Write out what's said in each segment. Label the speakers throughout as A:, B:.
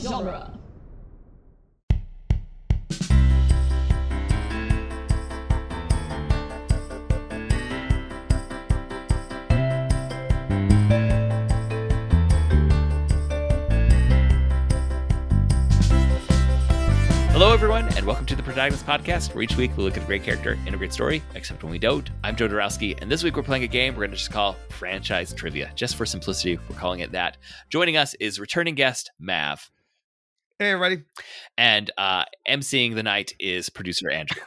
A: genre.
B: Hello, everyone, and welcome to the Protagonist Podcast, where each week we look at a great character in a great story, except when we don't. I'm Joe Dorowski, and this week we're playing a game we're going to just call Franchise Trivia. Just for simplicity, we're calling it that. Joining us is returning guest Mav,
C: Hey, everybody.
B: and uh, emceeing the night is producer Andrew.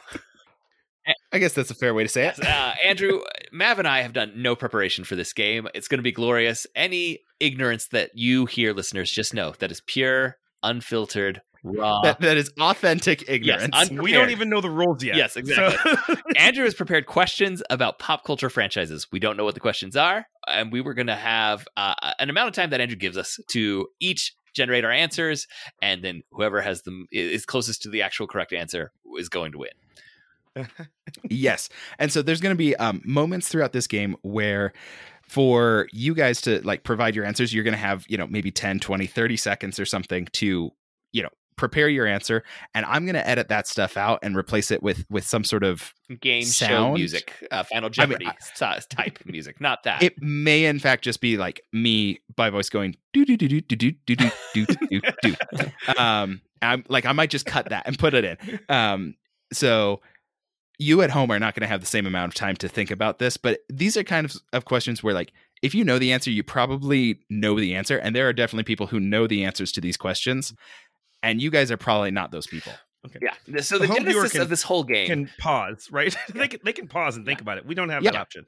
C: I guess that's a fair way to say it.
B: uh, Andrew, Mav and I have done no preparation for this game. It's going to be glorious. Any ignorance that you hear, listeners, just know that is pure, unfiltered, raw.
C: That, that is authentic ignorance.
B: un-
D: We
B: Prepared.
D: don't even know the rules yet.
B: Yes,
D: So-
B: exactly. Andrew has prepared questions about pop culture franchises. We don't know what the questions are, and we were going to have uh, an amount of time that Andrew gives us to each generate our answers, and then whoever has them is closest to the actual correct answer is going to win.
C: yes. And so there's going to be um, moments throughout this game where for you guys to like provide your answers, you're going to have, you know, maybe 10, 20, 30 seconds or something to, you know, prepare your answer and i'm going to edit that stuff out and replace it with with some sort of
B: Game show
C: Sound?
B: music, uh, Final
C: I mean,
B: Jeopardy si- type music, not that.
C: it may in fact just be like me by voice going do do do do do do do do do do do um i'm like i might just cut that and put it in um so you at home are not going to have the same amount of time to think about this but these are kind of, of questions where like if you know the answer you probably know the answer and there are definitely people who know the answers to these questions and you guys are probably not those people
B: yeah. So the
D: The home viewer
B: genesis
D: can-
B: of this whole game
D: Can pause, right? they can they can pause and think about it. We don't have that
C: Yeah.
D: option.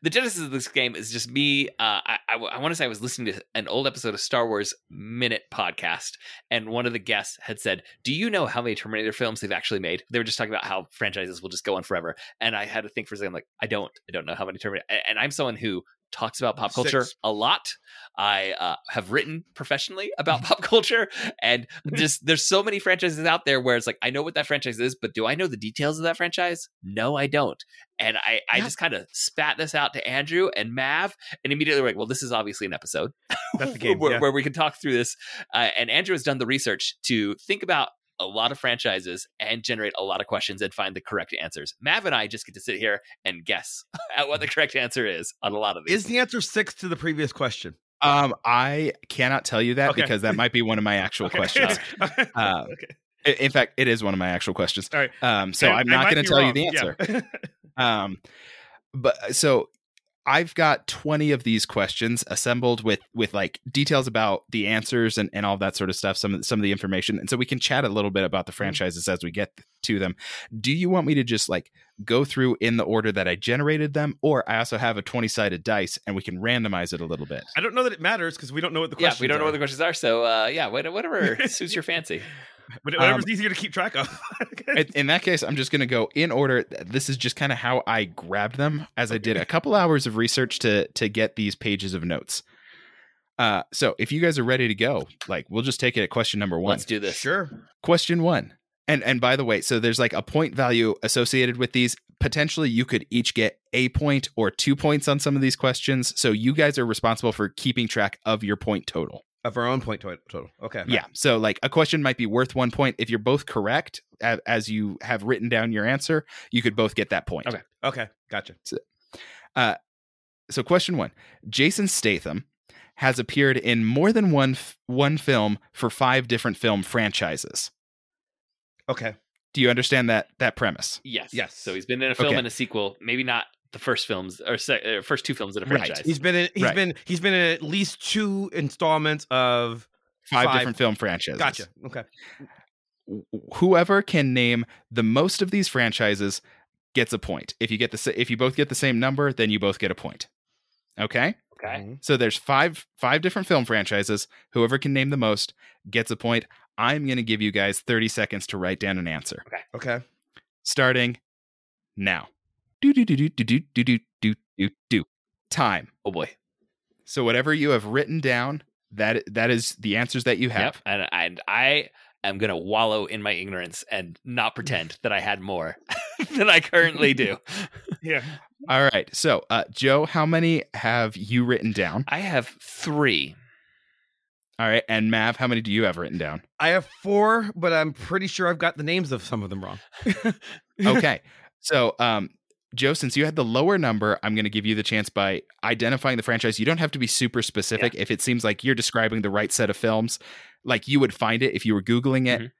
B: the genesis of this game is just me. Uh, I, want to say I was listening to an old episode of Star Wars Minute podcast, and one of the guests had said, "Do you know how many Terminator films they've actually made?" They were just talking about how franchises will just go on forever, and I had to think for a second, like, I don't, I don't know how many Terminator. a- And I'm someone who talks about pop culture
D: Six.
B: a lot. I uh, have written professionally about pop culture, and just there's so many franchises out there where it's like I know what that franchise is, but do I know the details of that franchise? No, I don't. And I, I
C: Yeah.
B: just kind of spat this out to Andrew and Mav, and immediately we're like, well, this is obviously an episode
D: That's the game.
B: where,
D: yeah.
B: where we can talk through this. Uh, and Andrew has done the research to think about a lot of franchises and generate a lot of questions and find the correct answers. Mav and I just get to sit here and guess at what the correct answer is on a lot of these.
D: Is the answer six to the previous question?
C: um i cannot tell you that
D: Okay.
C: because that might be one of my actual
D: Okay.
C: questions uh,
D: Okay.
C: i- in fact it is one of my actual questions
D: All right.
C: um so
D: I-
C: i'm
D: I
C: not
D: might be
C: going to tell you
D: wrong.
C: the
D: Yeah.
C: answer um but uh, so i've got 20 of these questions assembled with with like details about the answers and and all that sort of stuff some of some of the information and so we can chat a little bit about
D: Mm-hmm.
C: the franchises as we get to them do you want me to just like go through in the order that i generated them or i also have a 20 sided dice and we can randomize it a little bit
D: I don't know that it matters because we don't know what the
B: yeah,
D: question.
B: we don't know what the questions are. So, uh, yeah, what- whatever suits your fancy.
D: But whatever's easier to keep track of.
C: in, in that case, I'm just going to go in order. This is just kind of how I grabbed them, as I did a couple hours of research to to get these pages of notes. Uh, so if you guys are ready to go, like we'll just take it at question number one.
B: Let's do this.
D: sure.
C: Question one, and and by the way, so there's like a point value associated with these. Potentially, you could each get a point or two points on some of these questions. So you guys are responsible for keeping track of your point total.
D: Of our own point to- total. Okay.
C: Yeah. So like a question might be worth one point if you're both correct a- as you have written down your answer. You could both get that point.
B: Okay.
D: Okay. Gotcha.
C: So question one: Jason Statham has appeared in more than one f- one film for five different film franchises.
D: Okay.
C: Do you understand that that premise?
B: Yes.
D: Yes.
B: So he's been in a film
C: Okay.
B: and a sequel. Maybe not the first films or, se- or first two films in a
C: Right.
B: franchise.
D: He's been in, He's
C: Right.
D: been he's been in at least two installments of
C: Five,
D: Five.
C: different film franchises.
D: Gotcha. Okay.
C: Wh- Whoever can name the most of these franchises gets a point. If you get the sa- if you both get the same number, then you both get a point. Okay.
B: Okay.
D: Mhm.
C: So there's five five different film franchises. Whoever can name the most gets a point. I'm going to give you guys 30 seconds to write down an answer.
D: Mm-hmm. Okay.
C: starting now. Do do do do do do do do do do do. Time.
B: Oh boy.
C: So whatever you have written down, that that is the answers that you have.
B: Yep. And and I am gonna wallow in my ignorance and not pretend that I had more than I currently do.
D: Yeah.
C: All right. So, uh, Joe, how many have you written down?
B: I have three.
C: All right. And Mav, how many do you have written down?
A: I have four, but I'm pretty sure I've got the names of some of them wrong.
C: Okay. so, um, Joe, since you had the lower number, I'm going to give you the chance by identifying the franchise. You don't have to be super specific. If it seems like you're describing the right set of films, like you would find it if you were Googling it,
B: Mhm.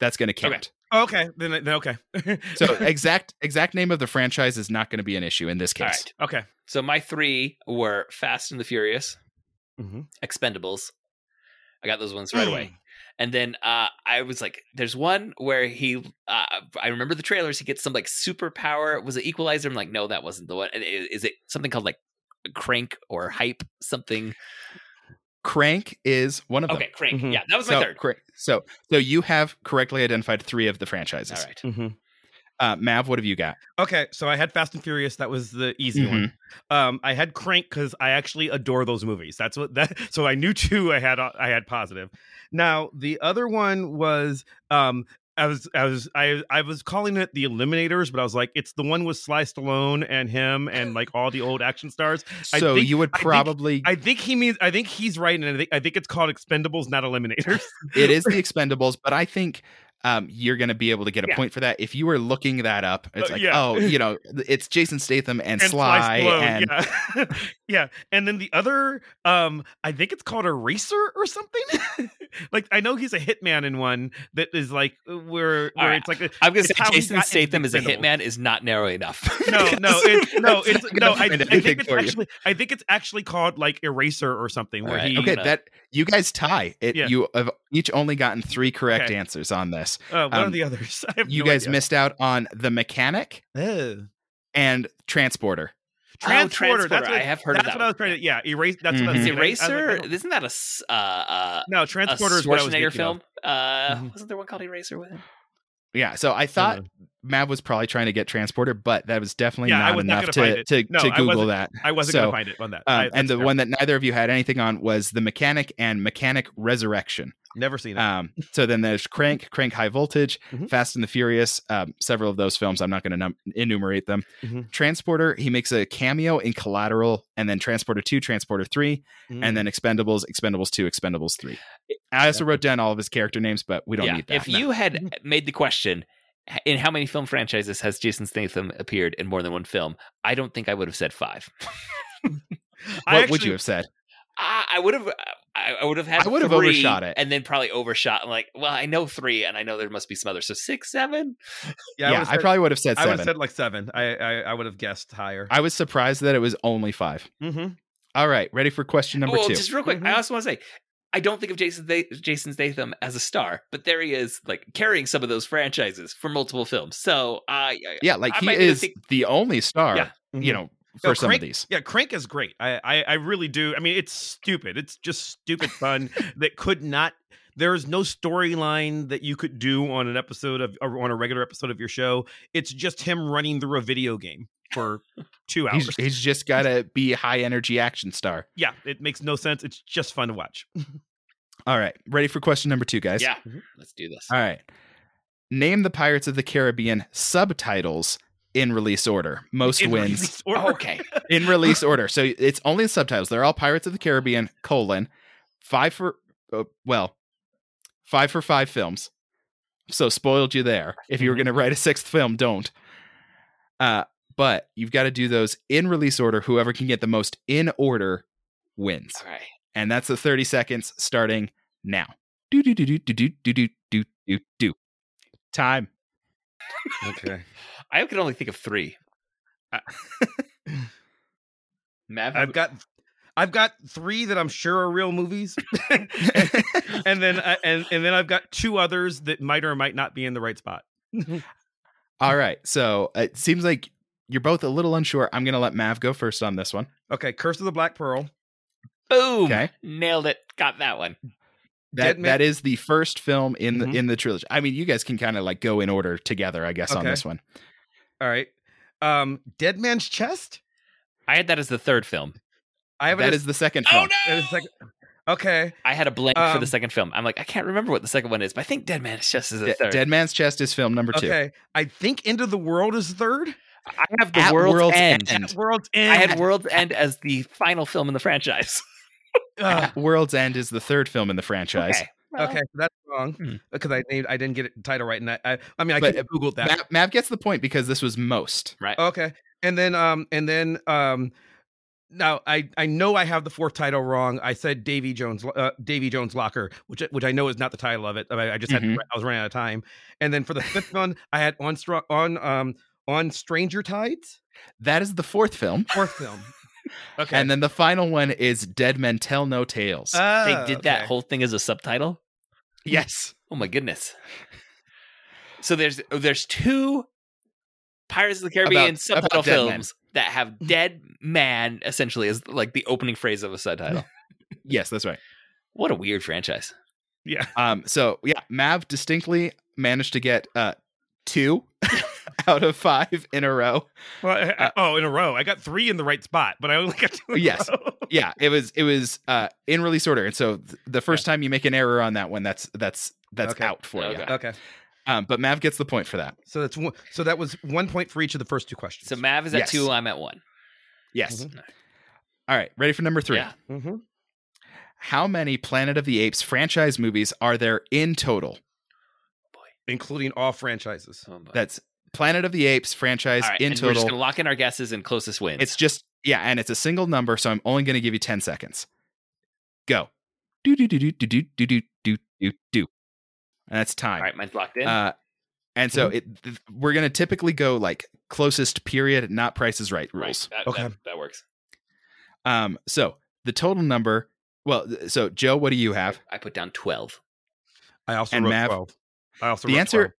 C: that's going to count.
A: okay, then, then okay.
C: So, exact exact name of the franchise is not going to be an issue in this
B: All
C: case.
B: right.
A: okay.
B: So my three were Fast and the Furious, Mm-hmm.
A: Mhm.
B: Expendables. I got those ones right away. And then uh, I was like, there's one where he, uh, I remember the trailers, he gets some like superpower. Was it Equalizer? I'm like, no, that wasn't the one. And i- Is it something called like crank or hype something? Mm-hmm.
C: Crank is one of them.
B: Okay, crank.
A: Mhm.
B: Yeah, that was my
C: so,
B: third.
C: cra- so, so you have correctly identified three of the franchises.
B: All right.
A: Mhm.
C: Uh, Mav, what have you got?
A: Okay, so I had Fast and Furious. That was the easy one. Um, I had Crank because I actually adore those movies. That's what that. So I knew two. I had uh, I had positive. Now the other one was um, I was I was I I was calling it the Eliminators, but I was like, it's the one with Sly Stallone and him and like all the old action stars. I
C: So
A: think-
C: you would
A: I think-
C: probably
A: I think he means I think he's right, and I think I think it's called Expendables, not Eliminators.
C: it is the Expendables, but I think um, you're going to be able to get a
B: Yeah.
C: point for that if you were looking that up. It's
A: Uh,
C: like,
A: yeah.
C: oh, you know, it's Jason Statham and,
A: and
C: Sly,
A: Stallone,
C: and
A: yeah. yeah. And then the other, um, I think it's called a racer or something. like I know he's a hitman in one that is like uh, where where
B: All right.
A: it's like a,
B: I'm going
A: It's
B: to
A: how
B: say
A: he
B: Jason
A: got into the
B: Statham as a
A: Expendables.
B: hitman is not narrow enough.
A: no no it's no
C: That's
A: it's
C: not
A: no
C: gonna
A: I, I
C: find
A: think
C: anything
A: it's
C: for you.
A: actually I think it's actually called like eraser or something where
B: All right.
A: he
C: okay,
B: Yeah.
C: that you guys tie. It
A: Yeah.
C: you have each only gotten three correct
A: Okay.
C: answers on this.
A: uh, one
C: um,
A: of the others I have
C: You
A: no
C: guys
A: idea.
C: missed out on the mechanic
A: Oh.
C: and transporter.
A: transporter,
B: Oh,
A: that's
B: Transporter,
A: what
B: I have heard of
A: that's
B: that
A: what I was
B: one.
A: trying to yeah erase that's
C: Mm-hmm.
A: what I was
B: Is
A: thinking. I- I was like,
B: Eraser?
A: oh,
B: Isn't that a, s- uh, uh,
A: no
B: a
A: transporter is what I was
B: Schwarzenegger
A: thinking of.
B: film? Uh,
C: Mm-hmm.
A: Mhm.
B: Wasn't there one called Eraser with him?
C: Yeah, so I thought Mav was probably trying to get transporter, but that was definitely
A: Yeah, I
C: not
A: was not
C: enough
A: gonna find
C: to
A: it.
C: to,
A: No,
C: to
A: I
C: Google
A: wasn't-
C: that.
A: I wasn't
C: So,
A: gonna find it on that I-
C: Um,
A: that's
C: and the
A: fair.
C: one that neither of you had anything on was the mechanic and mechanic resurrection.
A: never seen it
C: Um, so then there's Crank, Crank High Voltage,
A: Mhm.
C: Fast and the Furious, um, several of those films. I'm not going to num- enumerate them.
A: Mhm.
C: Transporter, he makes a cameo in Collateral, and then Transporter 2, Transporter 3,
A: Mm.
C: and then Expendables, Expendables 2, Expendables 3. I also wrote down all of his character names, but we don't
B: yeah.
C: need that.
B: If you had
A: Mm-hmm.
B: made the question, "H- in how many film franchises has Jason Statham appeared in more than one film? I don't think I would have said five.
A: I
C: what would
A: actually-
C: you have said?
B: I, I would have. I, I would have had.
C: I would have
B: three
C: overshot it.
B: and then probably overshot. and like, well, I know three, and I know there must be some others. So six, seven.
A: Yeah,
C: yeah,
A: I,
C: I probably would have said
A: I would
C: seven.
A: have said like seven. I I, I would have guessed higher.
C: I was surprised that it was only five.
A: Mhm.
C: All right, ready for question number
B: well,
C: two.
B: just real quick, I
A: Mhm.
B: also want to say. I don't think of Jason Th- Jason Statham as a star, but there he is, like carrying some of those franchises for multiple films. So, uh,
C: yeah, like
B: I
C: he
B: might need to
C: is
B: think-
C: the only star,
B: Yeah.
C: you know, for
A: Mm-hmm. No,
C: some
A: Crank-
C: of these.
A: Yeah, Crank is great. I, I I really do. I mean, it's stupid. It's just stupid fun that could not. There is no storyline that you could do on an episode of or on a regular episode of your show. It's just him running through a video game for two hours.
C: He's, he's just got to be a high energy action star.
A: yeah, it makes no sense. It's just fun to watch.
C: All right, ready for question number two, guys?
B: yeah, let's do this.
C: All right. Name the Pirates of the Caribbean subtitles in release order. Most
A: In
C: wins
A: release order.
B: okay,
C: in release order. So it's only the subtitles. They're all Pirates of the Caribbean colon five for uh, well five for five films. So spoiled you there. If you were going to write a sixth film, don't. Uh, but you've got to do those in release order. Whoever can get the most in order wins.
B: all right.
C: And that's the 30 seconds starting now. Do do do do do do do do do do do. Time.
D: Okay.
B: I can only think of three. Uh, Mav,
A: I've got. I've got three that I'm sure are real movies, and then I, and and then I've got two others that might or might not be in the right spot.
C: All right. So it seems like you're both a little unsure. I'm going to let Mav go first on this one.
A: Okay, Curse of the Black Pearl.
B: boom,
C: Okay.
B: nailed it. Got that one.
C: That
A: Deadman-
C: that is the first film in the
A: Mhm.
C: in the trilogy. I mean, you guys can kind of like go in order together, I guess, on
A: Okay.
C: this one.
A: All right. Um, Dead Man's Chest.
B: I had that as the third film.
A: I have it
C: That
A: as-
C: is the second
B: Oh
C: film.
A: it
B: no!
A: is like- okay.
B: I had a blank for
A: Um,
B: the second film. I'm like, I can't remember what the second one is, but I think Dead Man is just as the
C: De-
B: third.
C: Dead Man's Chest is film number two.
A: Okay. I think End of the World is third.
B: I have the
C: At
B: World's,
C: World's
B: End.
C: End.
A: At World's End.
B: I had World's End as the final film in the franchise.
A: Ugh.
C: World's End is the third film in the franchise.
B: Okay.
A: okay, so that's wrong
C: Hmm.
A: because I named I didn't get it title right, and I I, I mean I
C: But,
A: could have googled that.
C: Mav, Mav gets the point because this was most.
A: Okay. And then um and then um now I I know I have the fourth title wrong. I said Davy Jones uh, Davy Jones Locker, which which I know is not the title of it. I, I just had
B: Mm-hmm.
C: Mhm.
A: I was running out of time. And then for the fifth one, I had on Stra- on um on Stranger Tides,
C: That is the fourth film.
A: fourth film. Okay.
C: And then the final one is Dead Men Tell No Tales.
A: Ah,
B: They did that
A: okay.
B: whole thing as a subtitle.
C: yes.
B: Oh my goodness. So there's oh, there's two Pirates of the Caribbean
C: About-
B: subtitle
C: about dead men.
B: films that have dead man essentially as like the opening phrase of a subtitle.
C: Yes, that's right.
B: what a weird franchise.
A: yeah.
C: Um, so yeah, Mav distinctly managed to get uh two out of five in a row.
A: Well, I-
B: uh,
A: I- oh, in a row. I got three in the right spot, but I only got two. in a
C: Yes.
A: row.
C: Yeah, it was it was uh in release order. And so th- the first time you make an error on that one, that's that's that's
A: Okay.
C: out for
B: Okay.
C: you.
A: okay.
C: Um, but Mav gets the point for that.
A: So that's one, so that was one point for each of the first two questions.
B: So Mav is at
C: Yes.
B: two, I'm at one.
C: Yes.
B: Mhm.
C: All right, ready for number three.
B: Yeah.
A: Mhm.
C: How many Planet of the Apes franchise movies are there in total?
A: including all franchises.
B: Oh, boy.
C: That's Planet of the Apes franchise
B: All right,
C: in
B: and We're just
C: total.
B: gonna lock in our guesses and closest wins.
C: It's just yeah, and it's a single number, so I'm only going to give you ten seconds. Go. Do do do do do do do do do do do. And that's
B: all
C: time.
B: right. Mine's locked in.
C: Uh, and so it th- we're going to typically go like closest period, not Price is Right
B: Right,
C: rules.
B: that-
A: Okay.
B: that, that works.
C: Um, so the total number. Well, th- so Joe, what do you have?
B: I put down twelve.
A: I also
C: And
A: wrote
C: Mav-
A: twelve. I also
C: the
A: wrote
C: answer.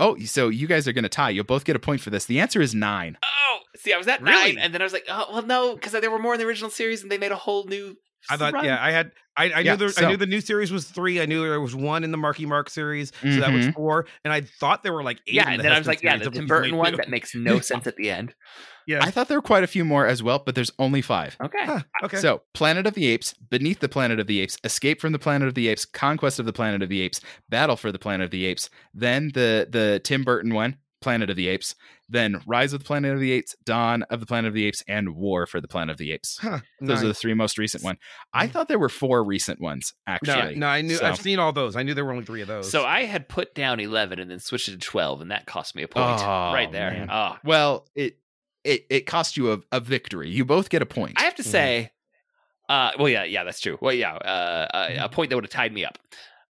C: Oh, so you guys are going to tie. You'll both get a point for this. The answer is nine.
B: Oh, see, I was at
A: Really?
B: nine, and then I was like, oh, well, no, because there were more in the original series, and they made a whole new.
A: 12. I thought,
B: run.
A: yeah, I had, I, I
C: Yeah,
A: knew the,
C: so-
A: I knew the new series was three. I knew there was one in the Marky Mark series, so that was
C: Mhm.
A: four. And I thought there were like eight.
B: yeah.
A: in
B: And
A: the
B: then I was
A: Heston
B: like, yeah,
A: series,
B: the
A: which
B: Tim
A: is
B: Burton
A: only
B: one
A: two.
B: that makes no sense at the end.
A: Yeah.
C: I thought there were quite a few more as well, but there's only five.
B: Okay.
A: Huh, okay.
C: So, Planet of the Apes, Beneath the Planet of the Apes, Escape from the Planet of the Apes, Conquest of the Planet of the Apes, Battle for the Planet of the Apes, then the the Tim Burton one, Planet of the Apes, then Rise of the Planet of the Apes, Dawn of the Planet of the Apes, and War for the Planet of the Apes.
A: Huh,
C: Those are
A: nine.
C: the three most recent one. I thought there were four recent ones
A: no,
C: actually.
A: no, I knew
C: So-
A: I've seen all those. I knew there were only three of those.
B: So uh, I had put down eleven and then switched it to twelve, and that cost me a point
C: Oh,
B: right there.
C: man.
B: Oh,
C: Well, it it it cost you a, a victory. You both get a point.
B: I have to
A: Mhm.
B: say, uh, well, yeah, yeah, that's true. Well, yeah, uh,
A: Mm-hmm.
B: a, a point that would have tied me up.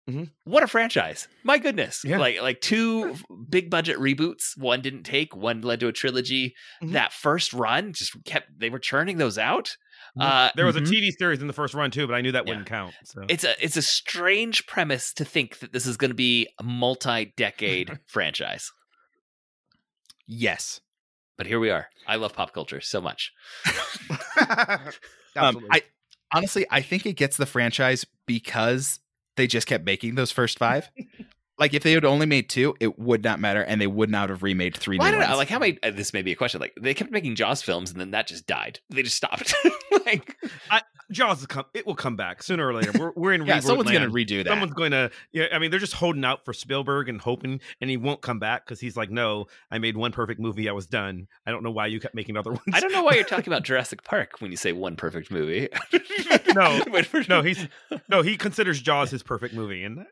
A: Mhm.
B: What a franchise! My goodness,
A: Yeah.
B: like like two big budget reboots. One didn't take. One led to a trilogy.
A: Mhm.
B: That first run just kept. They were churning those out.
A: Mhm.
B: Uh,
A: there was
C: Mhm.
A: a TV series in the first run too, but I knew that
B: Yeah.
A: wouldn't count. So
B: it's a it's a strange premise to think that this is going to be a multi-decade franchise.
C: yes.
B: But here we are. I love pop culture so much.
A: Absolutely.
C: Um, I honestly, I think it gets the franchise because they just kept making those first five. like if they had only made two, it would not matter, and they would not have remade three.
B: Well, I
C: new
B: don't know.
C: ones.
B: Like how
A: Mm-hmm.
B: many? Uh, this may be a question. Like they kept making Jaws films, and then that just died. They just stopped. like
A: Jaws will come. It will come back sooner or later. We're, we're in.
C: yeah,
A: reboot
C: someone's
A: land.
C: gonna redo that.
A: Someone's going to, yeah. I mean, they're just holding out for Spielberg and hoping, and he won't come back because he's like, "No, I made one perfect movie. I was done. I don't know why you kept making other ones."
B: I don't know why you're talking about Jurassic Park when you say one perfect movie.
A: No,
B: Wait for-
A: no, he's no, he considers Jaws his perfect movie, and that,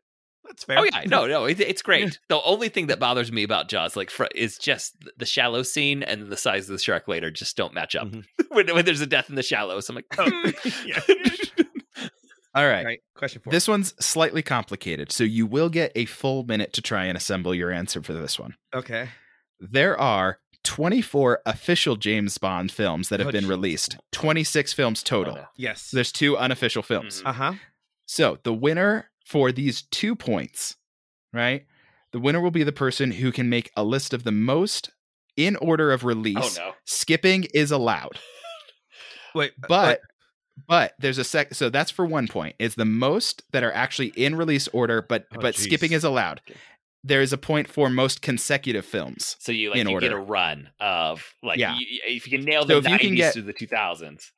A: that's fair.
B: Oh yeah, no, no, it, it's great. The only thing that bothers me about Jaws, like, fr- is just the shallow scene and the size of the shark later just don't match up.
A: Mhm.
C: Mm-hmm.
B: when, when there's a death in the shallows, I'm like, "Hmm,
A: Oh, yeah.
C: All right.
A: All right, question four.
C: This one's slightly complicated, so you will get a full minute to try and assemble your answer for this one.
A: okay,
C: There are 24 official James Bond films that have
A: Oh,
C: been
A: gee.
C: released, 26 films total.
A: yes,
C: So there's two unofficial films.
B: Mhm.
A: uh huh.
C: So the winner for these two points, right? The winner will be the person who can make a list of the most in order of
B: oh
C: release.
B: no,
C: Skipping is allowed,
A: Wait,
C: but but there's a sec. So that's for one point. It's the most that are actually in release order, but
A: Oh,
C: but
A: geez.
C: skipping is allowed.
B: Okay.
C: There is a point for most consecutive films.
B: so you like
C: In
B: you get
C: order.
B: a run of like,
C: Yeah.
B: you- if you can nail the
C: So if you can
B: 90s
C: get-
B: through the 2000s,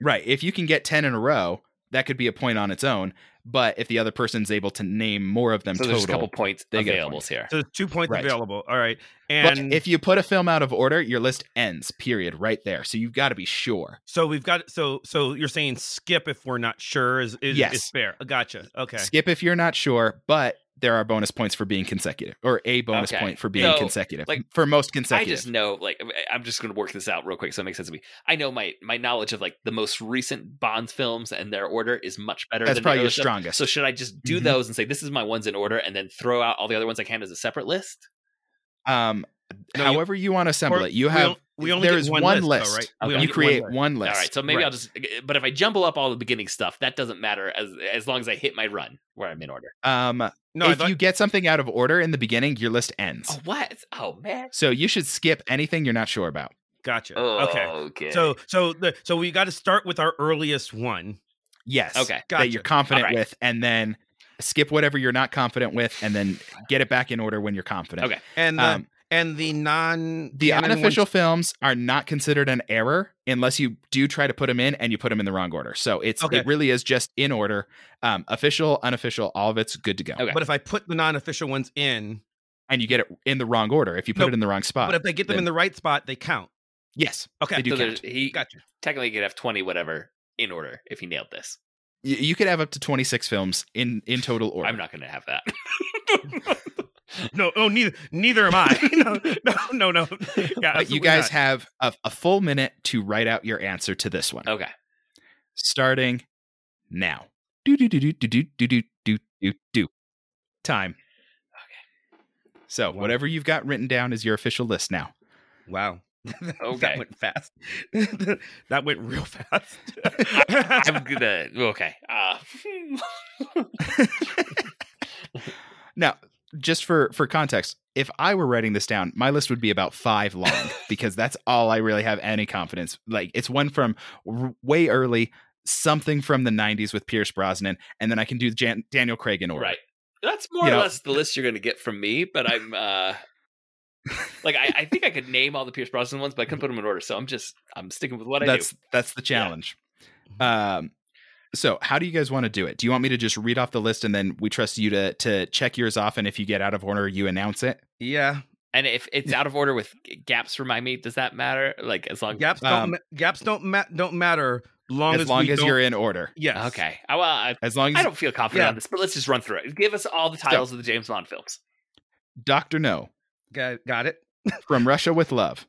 C: Right. If you can get ten in a row, that could be a point on its own. But if the other person's able to name more of them
B: So
C: total,
B: there's a couple points
C: they get a
B: available here.
A: So there's two points
C: Right.
A: available. All right.
C: But
A: And
C: if you put a film out of order, your list ends, period, right there. So you've got to be sure.
A: so we've got so so you're saying skip if we're not sure is is, is
C: Yes.
A: fair. Gotcha. Okay.
C: Skip if you're not sure, but there are bonus points for being consecutive or a bonus
B: Okay.
C: point for being
B: So,
C: consecutive.
B: like,
C: Like for most
B: I
C: consecutive.
B: just know, like, I- I'm just going to work this out real quick so it makes sense to me. I know my my knowledge of like the most recent Bond films and their order is much better.
C: That's
B: than
C: probably
B: the
C: your
B: other stuff.
C: strongest.
B: So should I just do
C: Mhm.
B: those and say this is my ones in order, and then throw out all the other ones I can as a separate list?
C: um
A: No, you-
C: however you, want to assemble
A: Or
C: it. You
A: we
C: have
A: on- we only
C: there
A: get
C: is
A: one
C: one
A: list, though,
C: list.
A: right?
B: Okay.
A: We only
C: You
A: get one
C: create
A: list.
C: one list.
B: All right, so maybe
A: Right.
B: I'll just. eh, But if I jumble up all the beginning stuff, that doesn't matter as as long as I hit my run where I'm in order.
C: um
A: No, I
C: if
A: thought,
C: you get something out of order in the beginning, your list ends.
B: Oh what? Oh man.
C: So you should skip anything you're not sure about.
A: gotcha.
B: Oh,
A: okay.
B: okay.
A: So so the so we got to start with our earliest one.
C: Yes.
B: Okay.
A: Gotcha.
C: That you're confident
B: Alright.
C: with and then skip whatever you're not confident with and then get it back in order when you're confident.
B: Okay.
A: And the,
C: Um,
A: and the non
C: the
A: canon ones-
C: unofficial films are not considered an error unless you do try to put them in and you put them in the wrong order. So it's
A: Okay.
C: it really is just in order. Um, official, unofficial, all of it's good to go.
B: Okay.
A: But if I put the non-official ones in,
C: And you get it in the wrong order if you put
A: No,
C: it in the wrong spot.
A: but if they get them in
C: Ah, then-
A: the right spot, they count.
C: yes,
A: Okay.
C: they do
B: so
C: count.
B: there's- he
A: Gotcha.
B: technically could have twenty whatever in order if he nailed this.
C: Y- You could have up to 26 films in in total order.
B: I'm not going to have that.
A: No, oh neither neither am I. no, no, no, no. Yeah,
C: But you
A: absolutely
C: guys
A: not.
C: have a, a full minute to write out your answer to this one.
B: okay.
C: starting now. Do do do do do do do do do do do. Time. Okay. So
A: Wow.
C: whatever you've got written down is your official list now.
A: Wow.
B: Okay.
A: That went fast. that went real fast.
B: I'm gonna okay. Uh,
C: Now, just for for context, if I were writing this down, my list would be about five long because that's all I really have any confidence. Like it's one from r- way early, something from the '90s with Pierce Brosnan, and then I can do Jan- Daniel Craig in order.
B: right. That's more
C: You
B: or
C: know-
B: less the list you're gonna get from me. But I'm uh, like I, I think I could name all the Pierce Brosnan ones, but I couldn't put them in order. So I'm just I'm sticking with what
C: that's
B: I do. Mm-hmm.
C: that's the challenge. Um so how do you guys want to do it? Do you want me to just read off the list and then we trust you to to check yours off and if you get out of order you announce it?
A: yeah.
B: And if it's out of order with g- gaps, remind me. Does that matter? Like as long
A: Gaps don't
C: Um,
A: ma- gaps don't ma- don't matter long
C: as,
A: as,
C: long
A: we
C: as
A: don't-
C: you're in order.
A: yes.
B: Okay. I, well, I,
C: As long
B: I
C: as
B: don't feel confident
A: Yeah.
B: on this, but let's just run through it. Give us all the titles of the James Bond films.
C: Dr. No,
A: Got, got it.
C: From Russia with Love,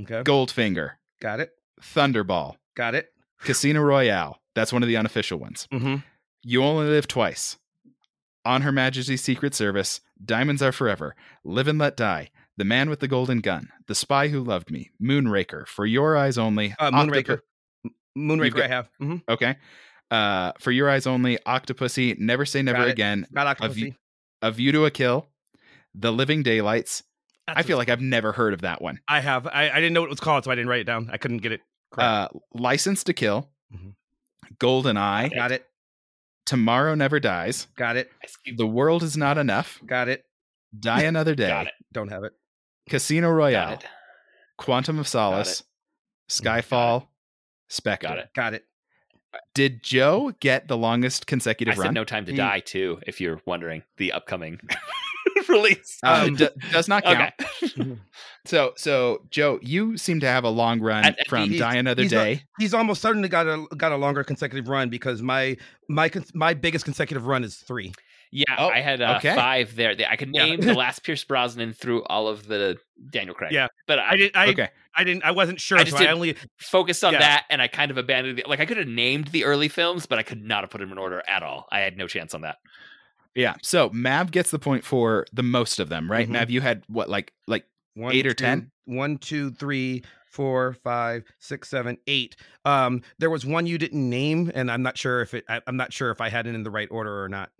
A: Okay.
C: Goldfinger,
A: Got it.
C: Thunderball,
A: Got it.
C: Casino Royale. That's one of the unofficial ones.
A: Mm-hmm.
C: You Only Live Twice. On Her Majesty's Secret Service, Diamonds Are Forever, Live and Let Die, The Man with the Golden Gun, The Spy Who Loved Me, Moonraker, For Your Eyes Only,
A: Uh, Moonraker.
C: Octopu-
A: Moonraker,
C: got-
A: I have. Mm-hmm.
C: Okay. Uh, For Your Eyes Only, Octopussy, Never Say Never
A: Got it.
C: Again,
A: Got
C: Of you-
A: Octopussy.
C: A View to a Kill, The Living Daylights. I
A: That's
C: feel
A: a-
C: like I've never heard of that one.
A: I have. I, I didn't know what it was called, so I didn't write it down. I couldn't get it.
C: Uh,
A: Correct.
C: License to Kill,
B: Mm-hmm.
A: Mhm.
C: Golden Eye,
A: Got it.
C: Tomorrow Never Dies,
A: Got it.
B: I skipped-
C: The World Is Not Enough,
A: Got it.
C: Die Another Day,
B: Got it.
A: Don't have it.
C: Casino
B: Got
C: Royale,
B: it. Mm-hmm.
C: Quantum of Solace, Skyfall, Spectre.
B: Got it.
A: Got it.
C: Did Joe get the longest
B: I
C: consecutive
B: said
C: run?
B: No Time to
A: Mm.
B: Die too. If you're wondering, the upcoming release.
C: Uh,
A: Um,
C: d- does not count.
B: Okay.
C: So, so Joe, you seem to have a long run
B: At- at
C: from
A: the-
C: Die Another
A: he's a-
C: Day.
A: He's almost certainly got a got a longer consecutive run because my my cons- my biggest consecutive run is three.
B: Yeah,
C: Oh,
B: I had uh,
C: okay.
B: five there. I could
A: Yeah.
B: name the last Pierce Brosnan through all of the Daniel Craig.
A: Yeah.
B: but I,
A: I didn't. I,
C: okay,
A: I didn't. I wasn't sure.
B: I
A: I
B: just
A: so I
B: did-
A: only.
B: focused on
A: Yeah.
B: that, and I kind of abandoned. The, like I could have named the early films, but I could not have put them in order at all. I had no chance on that.
C: yeah. So Mav gets the point for the most of them, right?
A: Mhm.
C: Mav, you had what, like, like
A: One,
C: Eight or
A: two-
C: 10?
A: one, two, three, four, five, six, seven, eight. Um, there was one you didn't name, and I'm not sure if it. I, I'm not sure if I had it in the right order or not.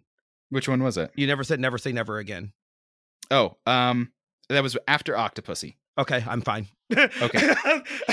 C: which one was it?
A: You never said never say never again.
C: Oh, um, that was after Octopussy.
A: Okay, I'm fine.
C: Okay.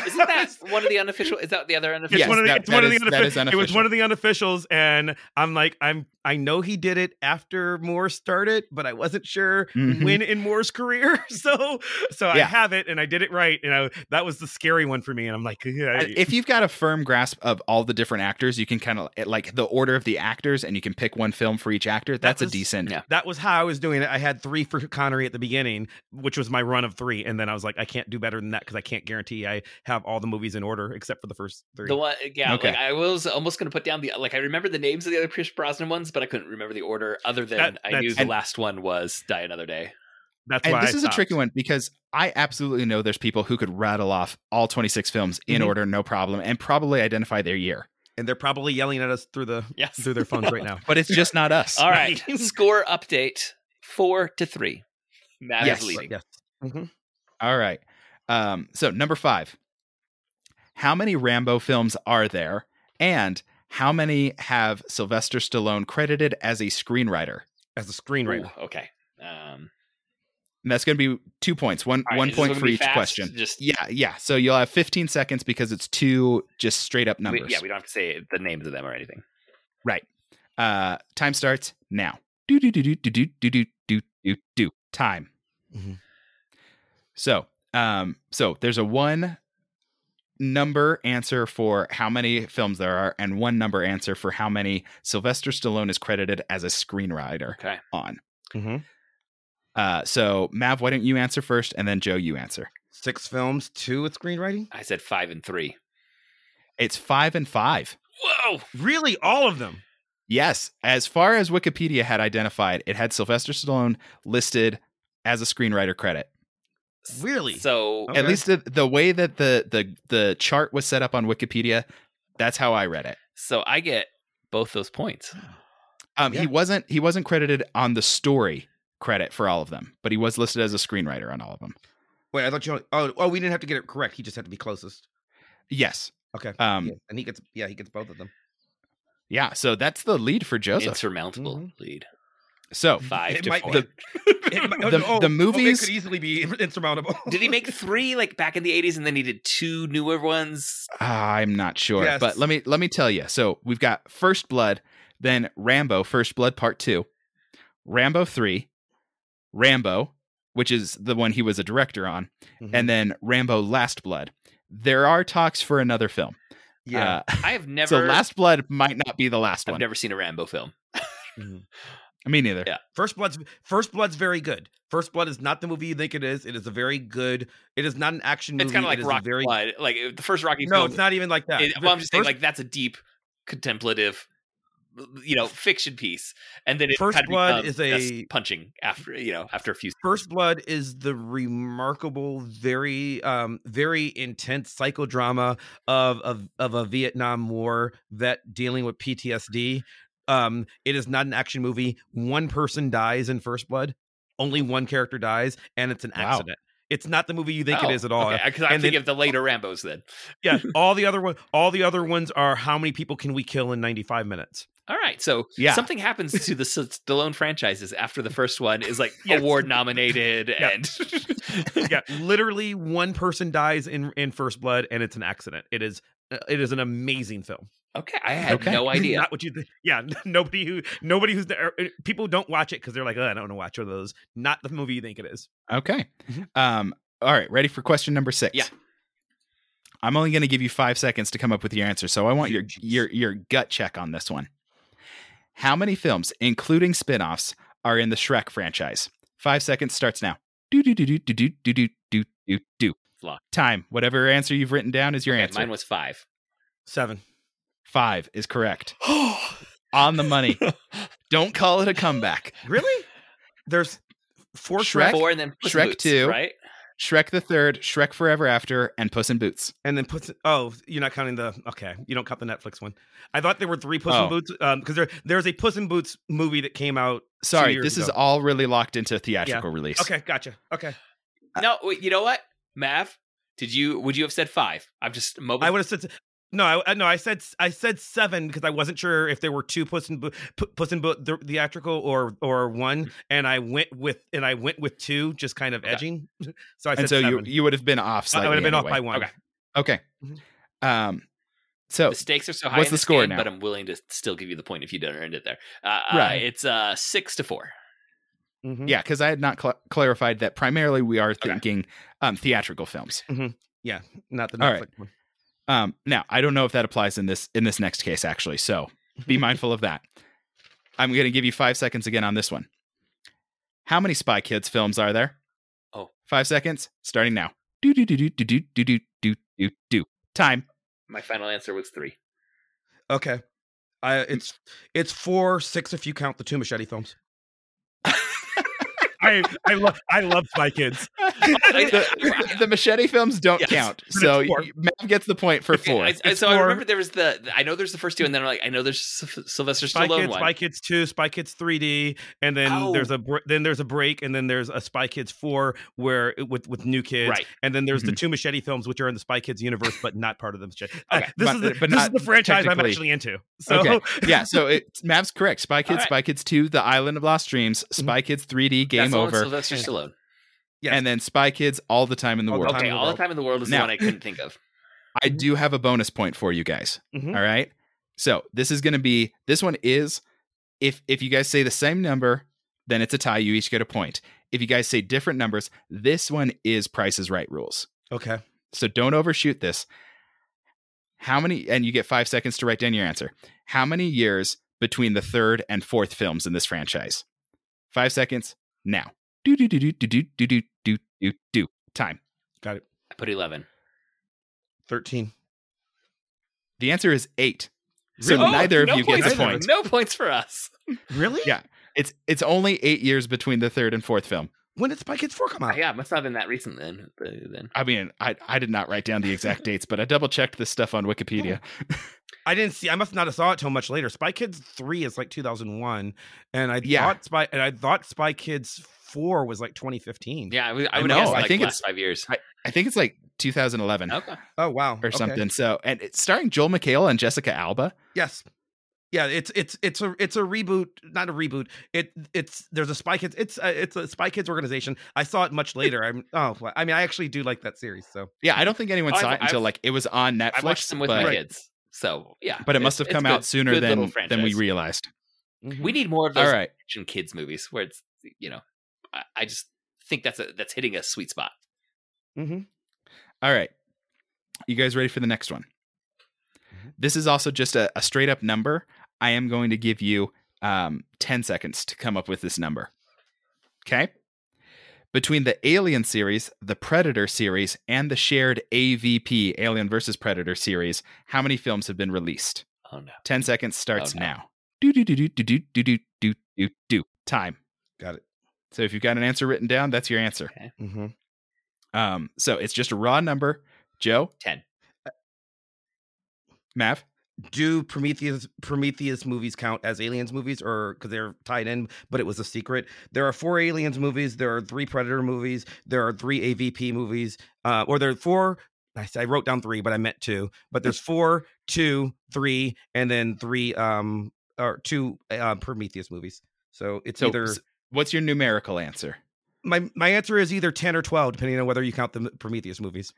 B: Isn't that one of the unofficial? Is that the other unofficial?
A: It's
C: Yes,
A: one of the,
C: that-
A: it's one of
C: that
A: the
C: is- that
A: unoffi-
C: is
A: It was
C: unofficial.
A: one of the unofficials, and I'm like, I'm I know he did it after Moore started, but I wasn't sure
C: Mhm.
A: when in Moore's career. So, so I
C: Yeah.
A: have it, and I did it right, and I, that was the scary one for me. And I'm like, yeah,
C: And if you've got a firm grasp of all the different actors, you can kind of like the order of the actors, and you can pick one film for each actor. That's
A: was-
C: a decent.
B: Yeah.
A: that was how I was doing it. I had three for Connery at the beginning, which was my run of three, and then I was like, I can't do better than that because I can't guarantee I have all the movies in order except for the first three.
B: The one, yeah.
C: Okay.
B: Like I was almost going to put down the like I remember the names of the other Pierce Brosnan ones, but I couldn't remember the order. Other than
A: That-
B: I
A: that's-
B: knew the
A: and-
B: last one was Die Another Day.
A: That's
C: And
A: why
C: this
A: I
C: is a
A: stopped.
C: tricky one because I absolutely know there's people who could rattle off all 26 films in
A: Mhm.
C: order, no problem, and probably identify their year.
A: and they're probably yelling at us through the
B: Yes.
A: through their phones right now.
C: But it's just not us.
B: All right.
A: Right.
B: Score update four to three. Matt
C: Yes.
B: is leading.
A: Yes.
C: All right. Um, so number five, how many Rambo films are there, and how many have Sylvester Stallone credited as a screenwriter?
A: As a screenwriter.
B: Ooh, okay. Um,
C: And that's going to be two points, one
B: all right,
C: one
B: is this
C: point
B: gonna
C: for
B: be
C: each
B: fast?
C: question.
B: Just
C: Yeah, yeah. So you'll have 15 seconds because it's two just straight up
B: we-
C: numbers.
B: yeah, we don't have to say the names of them or anything.
C: uh, time starts now. Do do do do do do do do do do do time.
A: Mhm.
C: So, um, so there's a one number answer for how many films there are, and one number answer for how many Sylvester Stallone is credited as a screenwriter
B: Okay.
C: on.
A: Mhm.
C: Uh, so Mav, why don't you answer first, and then Joe, you answer.
A: Six films, two with screenwriting.
B: I said five and three.
C: It's five and five.
B: Whoa.
A: Really, all of them.
C: Yes, as far as Wikipedia had identified, it had Sylvester Stallone listed as a screenwriter credit.
A: Really.
B: So
A: Okay.
C: At least the, the way that the, the the chart was set up on Wikipedia, that's how I read it.
B: so I get both those points.
C: Um,
A: Yeah.
C: He wasn't he wasn't credited on the story credit for all of them, but he was listed as a screenwriter on all of them.
A: Wait, I thought you. Only, oh, oh, we didn't have to get it correct. He just had to be closest.
C: Yes.
A: Okay.
C: Um,
A: Yeah, and he gets. Yeah, he gets both of them.
C: Yeah. So that's the lead for Joseph.
B: Insurmountable
A: Mhm.
B: lead.
C: so
B: Five
A: It
B: to
A: might-
B: four.
A: the- It might-
C: The- the movies-
A: it could easily be insurmountable.
B: did he make three like back in the 80s and then he did two newer ones
C: uh, I'm not sure,
A: Yes.
C: but let me let me tell you. So we've got First Blood, then Rambo: First Blood Part Two, Rambo Three, Rambo, which is the one he was a director on,
A: Mhm.
C: and then Rambo Last Blood. There are talks for another film.
A: yeah,
C: Uh,
B: i have never
C: so Last Blood might not be the last
B: i've
C: one.
B: never seen a rambo film
C: Me neither.
B: Yeah.
A: First Blood's First Blood's very good. First Blood is not the movie you think it is. It is a very good. It is not an action movie.
B: it's kind of
A: it
B: like
A: is a
B: rock
A: very
B: blood like uh, the first rocky
A: no.
B: film
A: It's not even like that.
B: it- well, i'm just saying
A: First-
B: like that's a deep contemplative you know fiction piece and then it
A: First
B: kinda
A: Blood
B: becomes
A: is a-
B: just punching after you know after a few
A: First Blood is the remarkable, very, um, very intense psychodrama of of, of a Vietnam War vet dealing with PTSD. Um, it is not an action movie. One person dies in First Blood. Only one character dies, and it's an
C: Wow.
A: accident. It's not the movie you think
B: Oh,
A: it is at all.
B: okay, 'cause i'm
A: And then-
B: thinking of the later rambos then
A: Yeah, all the other one, all the other ones are how many people can we kill in ninety five minutes?
B: all right so
C: Yeah.
B: something happens to the S- stallone franchises after the first one is like
A: Yes.
B: award nominated
A: Yeah.
B: and
A: yeah, literally one person dies in in First Blood, and it's an accident. It is uh, it is an amazing film.
B: okay i had
C: Okay.
B: no idea
A: Not what you. Th- yeah, nobody who nobody who's there. er, People don't watch it because they're like, oh, I don't want to watch one of those. Not the movie you think it is.
C: Okay.
A: Mhm.
C: Um, all right. Ready for question number six?
B: Mm-hmm. Yeah.
C: I'm only going to give you five seconds to come up with your answer, so I want your your your gut check on this one. How many films, including spin-offs, are in the Shrek franchise? Five seconds starts now. Do do do do do do do do do do do.
B: Lock.
C: Time. Whatever answer you've written down is your
B: Okay,
C: answer.
B: mine was five
A: Seven.
C: Five is correct. On the money. Don't call it a comeback.
A: Really? There's four
C: Shrek?
A: Shrek,
B: four and then Puss in
C: Shrek
B: Boots,
C: two.
B: right?
C: Shrek the Third, Shrek Forever After, and Puss in Boots.
A: and then puts. Oh, you're not counting the. Okay, you don't count the Netflix one. I thought there were three Puss
C: Oh.
A: in Boots because there there's a Puss in Boots movie that came out.
C: Sorry,
A: years
C: this is
A: ago.
C: all really locked into theatrical release.
A: Okay, gotcha. Okay,
B: No, wait, you know what, Mav? Did you would you have said five? I'm just mobile.
A: I would have said No, I, I- no, I said I said seven because I wasn't sure if there were two Puss in Bo- P- Puss in Bo- the theatrical or or
C: Mm.
A: one, and I went with and I went with two, just kind of
B: Okay.
A: edging. So I said
C: and so
A: seven. Uh,
C: you you would have been off.
A: I- I
C: Slightly
A: would have been off by
C: anyway.
A: one.
B: Okay.
C: Okay.
A: Mhm.
C: Um. So
B: The stakes are so high.
C: What's
B: in
C: the
B: this
C: score
B: game,
C: now?
B: But I'm willing to still give you the point if you don't earn it there. Uh, right.
C: Right.
B: It's uh, six to four.
A: Mhm.
C: yeah, because I had not cl- clarified that primarily we are thinking um, theatrical films.
A: not the
C: All
A: Netflix
C: right.
A: one.
C: Um, now I don't know if that applies in this in this next case actually. So be mindful of that. I'm going to give you five seconds again on this one. How many Spy Kids films are there?
B: Oh.
C: Five seconds starting now. Do do do do do do do do do do do. Time.
B: My final answer was three.
A: Okay, I
C: Mm.
A: it's it's four six if you count the two machete films. I I love I love Spy Kids.
C: the, the machete films don't
B: Yes.
C: count, so
A: four.
C: y- Mav gets the point for four.
B: I, I-
A: It's
B: so I
A: four.
B: remember there was the. I know there's the first two, and then I'm like, I know there's Sy- Sylvester
A: Spy
B: Stallone
A: Kids,
B: one.
A: Spy Kids Two, Spy Kids 3D, and then there's
B: Oh.
A: a br- then there's a break, and then there's a Spy Kids 4 where uh, with with new kids,
B: Right.
A: and then there's the
C: Mhm.
A: two Machete films which are in the Spy Kids universe but not part of the Machete. Uh,
B: Okay,
A: this
C: but-
A: is the,
C: but
A: this is
C: not
A: the franchise I'm
C: technically.
A: actually into. So
C: Okay. yeah, so it, Mav's correct. Spy Kids,
B: right. Mm-hmm.
C: Spy Kids 2, The Island of Lost Dreams, Spy Kids 3D, Game
B: That's the one with
C: Over,
B: Sylvester Stallone.
A: Yes.
C: and then Spy Kids All the Time in the
A: All the
C: World.
A: Time in
B: Okay,
A: the
B: all the
A: World.
B: time in the world is the
C: Now-
B: one I couldn't think of.
C: I
A: Mm-hmm.
C: do have a bonus point for you guys.
B: Mm-hmm.
A: Mhm.
C: All right. So this is going to be this one is if if you guys say the same number, then it's a tie. You each get a point. If you guys say different numbers, this one is Price is Right rules.
A: okay,
C: So don't overshoot this. How many? And you get five seconds to write down your answer. How many years between the third and fourth films in this franchise? Five seconds now. Do do do do do do do do do do do. Time.
B: I put eleven.
A: thirteen.
C: The answer is eight. So
A: Really?
C: neither of
B: no
C: you gets
B: points
C: a
B: for-
C: point.
B: No points for us.
A: Really?
C: Yeah. It's it's only eight years between the third and fourth film.
A: When did Spy Kids Four come out?
C: uh
B: Yeah, it must not have been that recent then. Then
C: I mean, I I did not write down the exact dates, but I double checked this stuff on Wikipedia.
A: I didn't see. I must not have saw it till much later. Spy Kids Three is like 2001, and I
C: Yeah.
A: thought Spy and I thought Spy Kids Four was like 2015.
B: yeah, I, would- I
C: I
B: would
C: know,
B: guess
C: I
B: like
C: think
B: last
C: it's-
B: five years.
C: I think it's like 2011
B: Okay,
A: Oh wow.
C: or
A: Okay.
C: something. So and it's starring Joel McHale and Jessica Alba.
A: Yes. Yeah, it's it's it's a it's a reboot, not a reboot. It it's there's a Spy Kids. It's a, it's a Spy Kids organization. I saw it much later. I'm oh, well, I mean, I actually do like that series. So
C: Yeah, I don't think anyone
B: Oh,
C: saw
B: I've-
C: it until
B: I've-
C: like it was on
B: I watched
C: Netflix,
B: them with
C: but,
B: my kids. So yeah,
C: but it
B: it's-
C: must have
B: it's
C: come
B: good-
C: out sooner
B: good little
C: than than we
B: franchise.
C: realized.
B: We need more of
C: All
B: those
C: right.
B: action kids movies where it's you know, I, I just think that's a, that's hitting a sweet spot.
A: mm-hmm,
C: All right. You guys ready for the next one? This is also just a, a straight up number. I am going to give you um, 10 seconds to come up with this number. Okay. Between the Alien series, the Predator series, and the shared AVP, Alien versus Predator series, how many films have been released?
B: Oh no,
C: 10 seconds starts
B: no.
C: now. Do, do, do, do, do, do, do, do, do, do, do. Time.
A: Got it.
C: So if you've got an answer written down, that's your answer.
A: hmm
C: Um, so it's just a raw number. Joe, Uh,
B: ten.
C: Mav,
A: Do Prometheus Prometheus movies count as aliens movies, or because they're tied in? But it was a secret. There are four aliens movies. There are three Predator movies. There are three AVP movies. Uh, or there are four. I s- I wrote down three, but I meant two. But there's four, two, three, and then three um or two uh, Prometheus movies. So it's
C: So,
A: either
C: s- what's your numerical answer?
A: my my answer is either 10 or 12 depending on whether you count the m- prometheus movies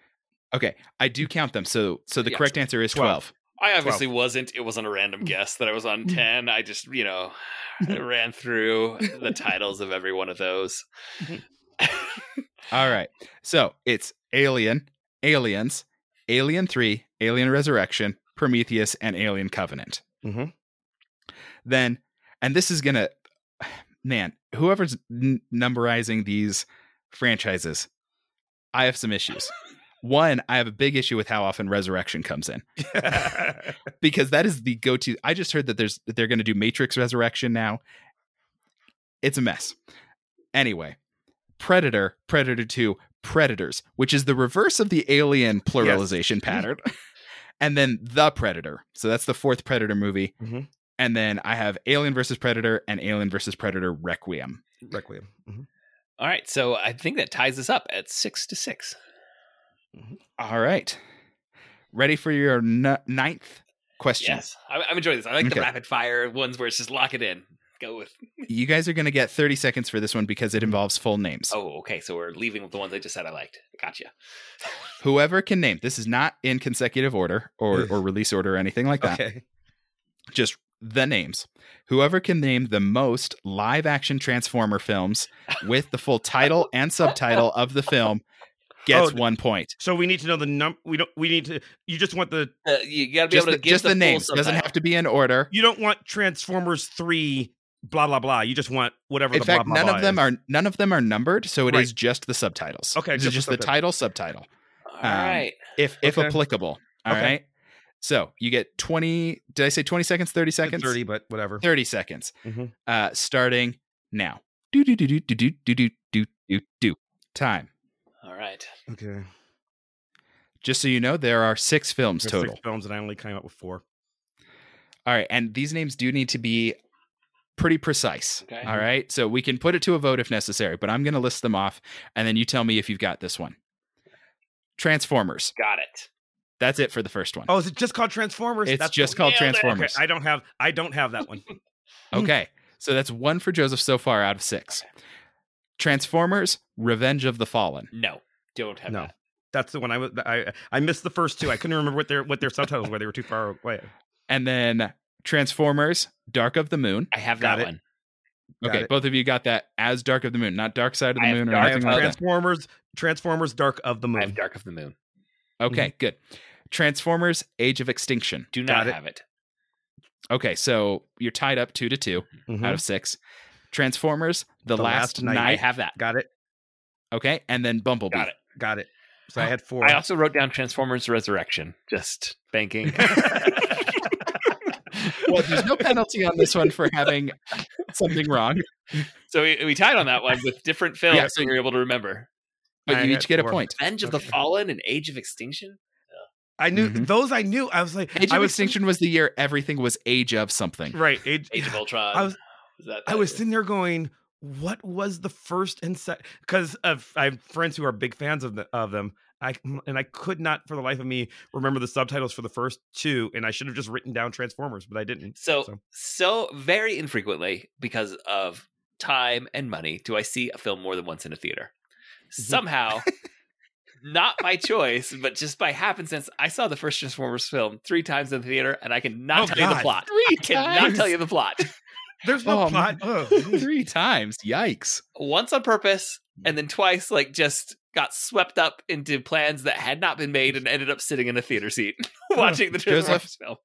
C: Okay, I do count them. So so the
B: Yeah.
C: correct answer is 12.
A: Twelve.
B: I obviously wasn't. It wasn't a random guess that I was on 10. I just, you know, ran through the titles of every one of those.
C: All right. So, it's Alien, Aliens, Alien 3, Alien Resurrection, Prometheus and Alien Covenant.
A: Mhm.
C: Then and this is going to man, whoever's n- numberizing these franchises, I have some issues. One, I have a big issue with how often Resurrection comes in. because that is the go-to. I just heard that there's that they're going to do Matrix Resurrection now. It's a mess. Anyway, Predator, Predator 2, Predators, which is the reverse of the alien pluralization pattern. and then The Predator. So that's the fourth Predator movie.
A: Mhm.
C: And then I have Alien versus Predator and Alien versus Predator Requiem.
A: requiem Mhm.
B: All right. So I think that ties us up at six to six.
C: All right. ready for your n- ninth question?
B: Yes, I, I'm enjoying this. I like
C: Okay.
B: the rapid fire ones where it's just lock it in. Go with.
C: You guys are going to get 30 seconds for this one because it involves full names.
B: Oh, okay. So we're leaving with the ones I just said I liked. Gotcha.
C: Whoever can name, this is not in consecutive order or,
A: Ugh.
C: or release order or anything like that,
A: Mm. Okay.
C: just the names. Whoever can name the most live action Transformer films with the full title and subtitle of the film gets
A: Oh,
C: one point.
A: So we need to know the num. We don't. We need to. You just want the.
B: Uh, you gotta be
C: Just
B: able
C: the,
B: to give
C: just the,
B: full
C: names. Doesn't
B: subtitle.
C: have to be in order.
A: You don't want Transformers three. Blah blah blah. You just want whatever.
C: in
A: the
C: fact,
A: blah, blah,
C: none
A: blah
C: of them
A: is.
C: are none of them are numbered, so it is
A: Right.
C: just the subtitles.
A: Okay,
C: this
A: just
C: is
A: the
C: just the
A: subtitle.
C: title subtitle,
B: All
C: um,
B: right.
C: if if
A: Okay.
C: applicable. All right.
A: Okay.
C: So you get twenty. Did I say twenty seconds? Thirty seconds?
A: thirty, but whatever.
C: 30 seconds.
A: Mhm.
C: Uh, starting now. Do do do do do do do do do do do. Time.
B: All right.
A: Okay.
C: Just so you know, there are six films
A: There's
C: total.
A: Six films, and I only came up with four.
C: All right, and these names do need to be pretty precise.
B: Okay.
C: All right, so we can put it to a vote if necessary, but I'm going to list them off, and then you tell me if you've got this one. Transformers.
B: Got it.
C: That's it for the first one.
A: Oh, is it just called Transformers?
C: it's
A: That's-
C: just called
B: Nailed it. Okay,
A: Okay,
C: Transformers.
A: I don't have. I don't have that one.
C: Okay. So that's one for Joseph so far out of six. Transformers, Revenge of the Fallen.
B: No, don't have
A: No.
B: that.
A: That's the one I was. I I missed the first two. I couldn't remember what their what their subtitles were. They were too far away.
C: And then Transformers, Dark of the Moon.
B: I have
A: Got
B: that
A: it.
B: one.
A: Got
C: Okay,
A: it.
C: both of you got that as Dark of the Moon, not Dark Side of the
B: I have
C: Moon or
B: Dark
C: anything
B: of
C: like that.
A: Transformers, Transformers, Dark of the
B: I have
A: Moon.
B: Dark of the Moon.
C: Okay, good. Transformers, Age of Extinction.
B: Do
A: Got
B: not
A: it.
B: have it.
C: Okay, so you're tied up two to 2
A: Mhm.
C: out of six. Transformers, The, Last, Night.
B: I have that.
A: Got it.
C: Okay, and then Bumblebee.
B: Got it.
A: Got it. So
C: Oh,
A: I had four.
B: I also wrote down Transformers Resurrection. Just banking.
C: Well, there's no penalty on this one for having something wrong,
B: so we, we tied on that one with different films
C: Yeah, so-
B: we were able to remember.
C: but
A: I
C: you
A: got
C: each get a
A: four.
C: point.
B: Revenge of the
A: Okay.
B: Fallen and Age of Extinction.
A: I knew
C: Mhm.
A: those. I knew. I was like,
C: Age
A: I
C: of
A: was
C: Extinction was the year everything was Age of something.
A: right. Age,
B: Age of Ultron.
A: I was-
B: that
A: I
B: that
A: was sitting there going, what was the first and second? Because I have friends who are big fans of the, of them. I and I could not for the life of me remember the subtitles for the first two, and I should have just written down Transformers, but I didn't.
B: So,
A: So-
B: so very infrequently because of time and money do I see a film more than once in a theater.
A: Mm-hmm.
B: Somehow, not by choice, but just by happenstance, I saw the first Transformers film three times in the theater, and I cannot
A: Oh,
B: tell you
A: God.
B: the plot.
C: Three
B: I cannot tell you the plot.
A: There's no
C: Oh,
A: plot. Ugh.
C: Three times. Yikes.
B: Once on purpose,
C: Hmm.
B: and then twice, like just got swept up into plans that had not been made and ended up sitting in a theater seat watching the
C: Hmm. Joseph,
B: Transformers film.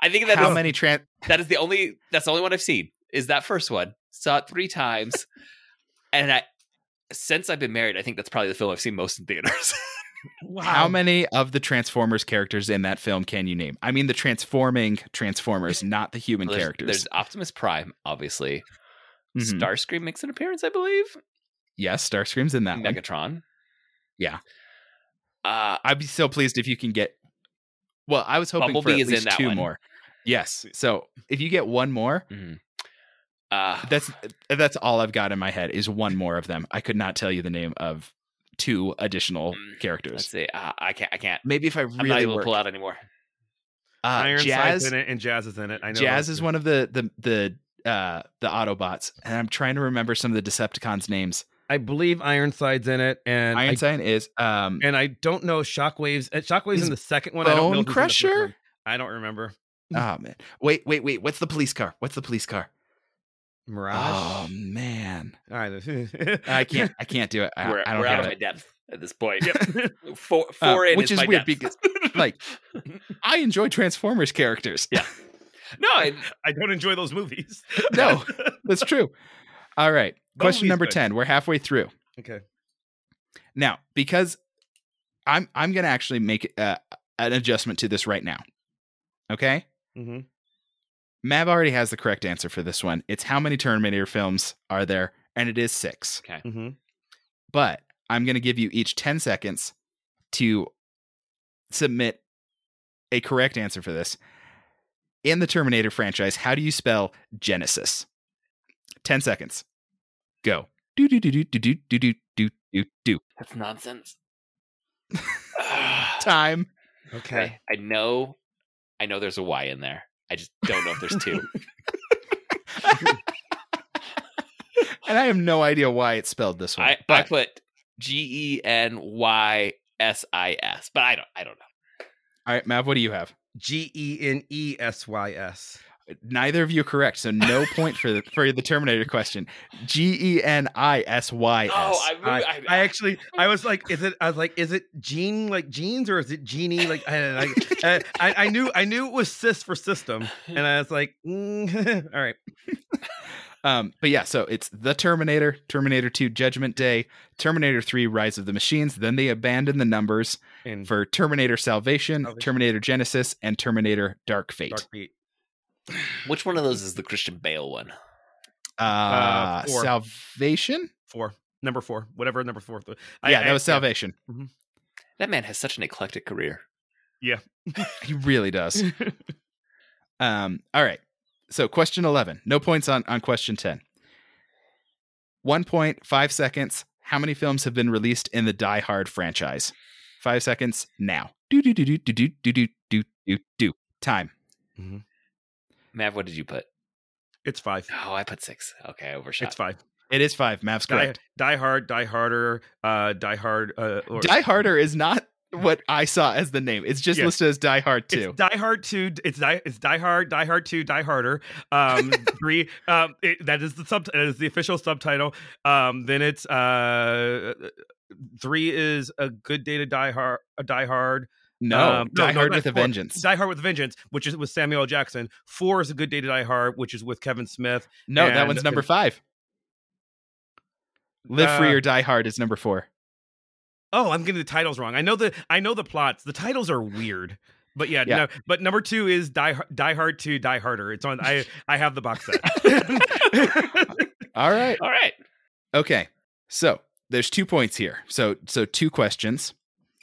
B: I think that is
C: How many trans
B: That is the only. That's the only one I've seen. Is that first one? Saw it three times, and I since I've been married, I think that's probably the film I've seen most in theaters.
A: Wow.
C: How many of the Transformers characters in that film can you name? I mean, the transforming Transformers, not the human
B: there's,
C: characters.
B: there's Optimus Prime, obviously.
C: Mhm.
B: Starscream makes an appearance, I believe.
C: yes, Starscream's in that one.
B: Megatron.
C: Yeah.
B: Uh,
C: I'd be so pleased if you can get. Well, I was hoping for
B: Bumblebee
C: at
B: is in
C: least
B: that
C: two
B: one.
C: more. Yes. So if you get one more,
B: mm. uh,
C: that's that's all I've got in my head is one more of them. I could not tell you the name of two additional
B: Mm, let's
C: characters.
B: see. Uh, I can't. I can't.
C: Maybe if I
B: I'm not
C: really
B: able to
C: work.
B: pull out anymore.
C: Uh,
A: Iron Side's
C: Jazz,
A: in it, and Jazz is in it. I know
C: Jazz
A: those
C: is
A: two.
C: one of the the the uh, the Autobots, and I'm trying to remember some of the Decepticons' names.
A: I believe Ironside's in it, and I,
C: Ironside is um
A: and I don't know Shockwaves. uh, Shockwaves
C: Is
A: in the second one. I don't
C: Bone
A: know if he's in the first
C: Crusher?
A: one. I don't remember.
C: oh man. Wait, wait, wait. What's the police car? What's the police car? Oh
A: Mirage.
C: man.
A: Alright.
C: I can't I can't do it. I,
B: we're
C: I
B: we're
C: don't
B: out of
C: have
B: my
C: it. Uh,
B: depth at this point. Four, four in
C: which
B: Uh, is,
C: is
B: my
C: weird
B: depth.
C: like- I enjoy Transformers characters.
B: Yeah. no, I,
A: I don't enjoy those movies.
C: No. That's true. All right. Question
A: Bumblebee's
C: number
A: good.
C: 10. We're halfway through.
A: okay.
C: Now, because I'm I'm going to actually make uh, an adjustment to this right now. Okay?
A: hmm
C: Mav already has the correct answer for this one. It's how many Terminator films are there? And it is 6.
A: hmm
C: but I'm going to give you each 10 seconds to submit a correct answer for this. In the Terminator franchise, how do you spell Genesis? 10 seconds. Go. Do do do do do do do do do do do.
B: that's nonsense.
C: Time.
A: Okay.
B: I know, I know there's a Y in there. I just don't know if there's two.
C: and I have no idea why it's spelled this way.
B: I, I
C: but
B: put G E N Y S I S, but I don't, I don't know.
C: all right, Mav, what do you have?
A: G E N E S Y S.
C: Neither of you are correct, so no point for the, for the Terminator question. G E N I S Y S.
B: Oh, I, moved-
A: I, I actually, I was like, is it? I was like, is it Jean like jeans or is it Genie like? I, I, I, I knew, I knew it was cis for system, and I was like, mm, all right,
C: Um, but yeah, so it's The Terminator, Terminator 2 Judgment Day, Terminator 3 Rise of the Machines. Then they abandon the numbers
A: and
C: for Terminator Salvation,
A: Mm. Salvation.
C: Terminator Genesis, and Terminator Dark Fate.
A: dark beat.
B: which one of those is the Christian Bale one?
C: Uh,
A: Uh, four.
C: Salvation?
A: Four, number four, whatever number four. I-
C: Yeah,
A: I-
C: that was Salvation.
B: That man has such an eclectic career.
C: He really does. um, all right. So question 11. No points on, on question 10. 1.5 seconds. How many films have been released in the Die Hard franchise? Five seconds now. Do, do, do, do, do, do, do, do, do, do, do. Time.
B: Mav, what did you put?
A: It's five.
B: Oh, I put six. Okay, I overshot.
A: It's five.
C: It is five. Mav's
A: Die,
C: correct.
A: die hard, die harder, uh, die hard, uh, or
C: Die Harder is not what I saw as the name. It's just
A: Yeah.
C: listed as Die Hard 2.
A: It's Die Hard Two. It's Die. It's Die Hard. Die Hard Two. Die Harder. Um, three. Um, it, that is the sub. That is the official subtitle. Um, then it's uh, three is a good day to die hard. A die hard.
C: No,
A: Um, no,
C: Die
A: no,
C: Hard
A: that's
C: with a
A: four.
C: Vengeance.
A: Die Hard with a Vengeance, which is with Samuel L. Jackson. Four is a good day to die hard, which is with Kevin Smith.
C: No, that
A: and-
C: one's number five. Live Free
A: Uh,
C: or Die Hard is number four.
A: Oh, I'm getting the titles wrong. I know the I know the plots. The titles are weird. But yeah,
C: Yeah.
A: No, but number two is Die Har- Die Hard Two, Die Harder. It's on. I I have the box set.
C: All right.
B: All right.
C: Okay. So there's two points here. So so two questions.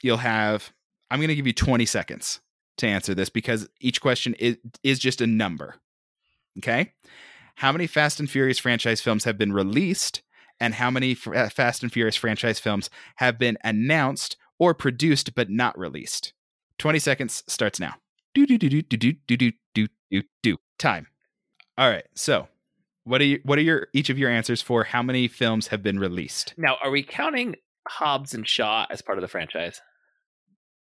C: You'll have I'm gonna give you 20 seconds to answer this because each question is is just a number. Okay? How many Fast and Furious franchise films have been released and how many F- uh, Fast and Furious franchise films have been announced or produced but not released? 20 seconds starts now. Do do do do do do do do do do do time. All right. So, what are you, what are your each of your answers for how many films have been released?
B: Now, are we counting Hobbs and Shaw as part of the franchise?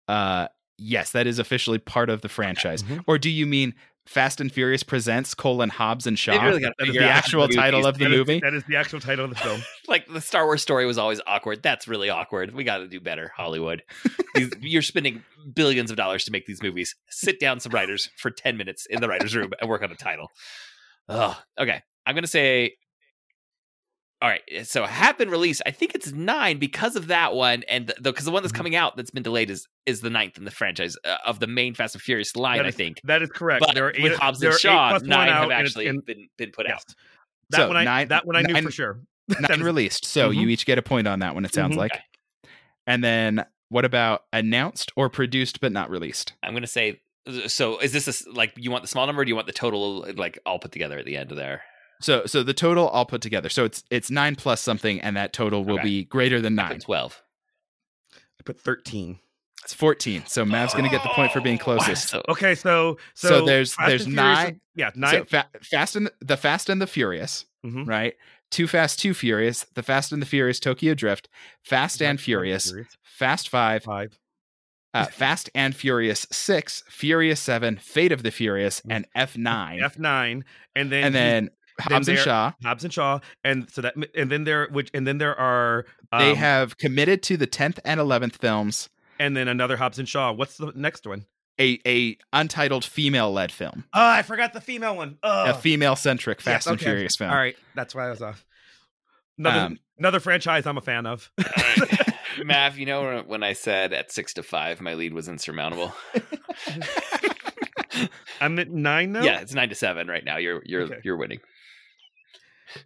C: Uh yes, that is officially part of the franchise.
B: mm-hmm.
A: Mhm.
C: Or do you mean Fast and Furious presents colon Hobbs and Shaw?
B: They've really got to
C: that is
B: figure
C: the
B: out
C: actual
B: the
C: title
B: movies.
C: of the
A: That is-
C: movie.
A: that is the actual title of the film.
B: Like the Star Wars story was always awkward. That's really awkward. We got to do better, Hollywood. These- You're spending billions of dollars to make these movies. Sit down some writers for 10 minutes in the writer's room and work on a title. Ugh. Okay. I'm going to say. All right. Eh, So have been released. I think it's nine because of that one. And because the, 'cause the one that's
C: Mm-hmm.
A: Mhm.
B: coming out that's been delayed is is the ninth in the franchise uh, of the main Fast and Furious line,
A: That
B: I
A: is-
B: think.
A: That is correct.
B: But
A: there are eight,
B: with Hobbs
A: there
B: and
A: are eight
B: Shaw,
A: plus one
B: nine
A: out,
B: have
A: and it's
B: actually
A: in-
B: been, been put out.
A: yes. That
C: So,
A: one I
C: nine-
A: that one I knew
C: nine-
A: for sure.
C: Nine released. So
B: mm-hmm.
C: you each get a point on that one, it sounds
A: Mhm.
C: like. And then what about announced or produced but not released?
B: I'm gonna say. So is this a s like you want the small number? Or do you want the total like all put together at the end of there?
C: So so the total all put together. So it's it's nine plus something, and that total will
B: Okay.
C: be greater than
B: I
C: nine.
B: put Twelve.
A: I put thirteen.
C: It's fourteen. So Mav's gonna get the point for being closest.
B: Oh, So
A: Okay, so so,
C: So there's-
A: Fast
C: there's
A: and Furious is-
C: nine-
A: Yeah, nine.
C: So fa- Fast and the Fast and the Furious,
A: Mhm.
C: right? Too Fast, Too Furious, The Fast and the Furious, Tokyo Drift, Fast and Furious, Fast Five,
A: Five.
C: uh, Fast and Furious Six, Furious Seven, Fate of the Furious, and F Nine,
A: Mm-hmm. F nine, and then
C: and
A: he's
C: then Hobbs and
A: there-
C: Shaw.
A: Hobbs and Shaw, and so that and then there which and then there are um,
C: They have committed to the tenth and eleventh films,
A: and then another Hobbs and Shaw. What's the next one?
C: a a untitled female led film,
A: Oh, I forgot the female one. Oh,
C: a female centric
A: Yes,
C: Fast and
A: okay.
C: Furious film.
A: all right, that's why I was off. Another
C: Um,
A: another franchise I'm a fan of.
B: Mav, you know when I said at six to five my lead was insurmountable.
A: I'm at nine now.
B: Yeah, it's nine to seven right now. You're you're
A: Okay.
B: you're winning.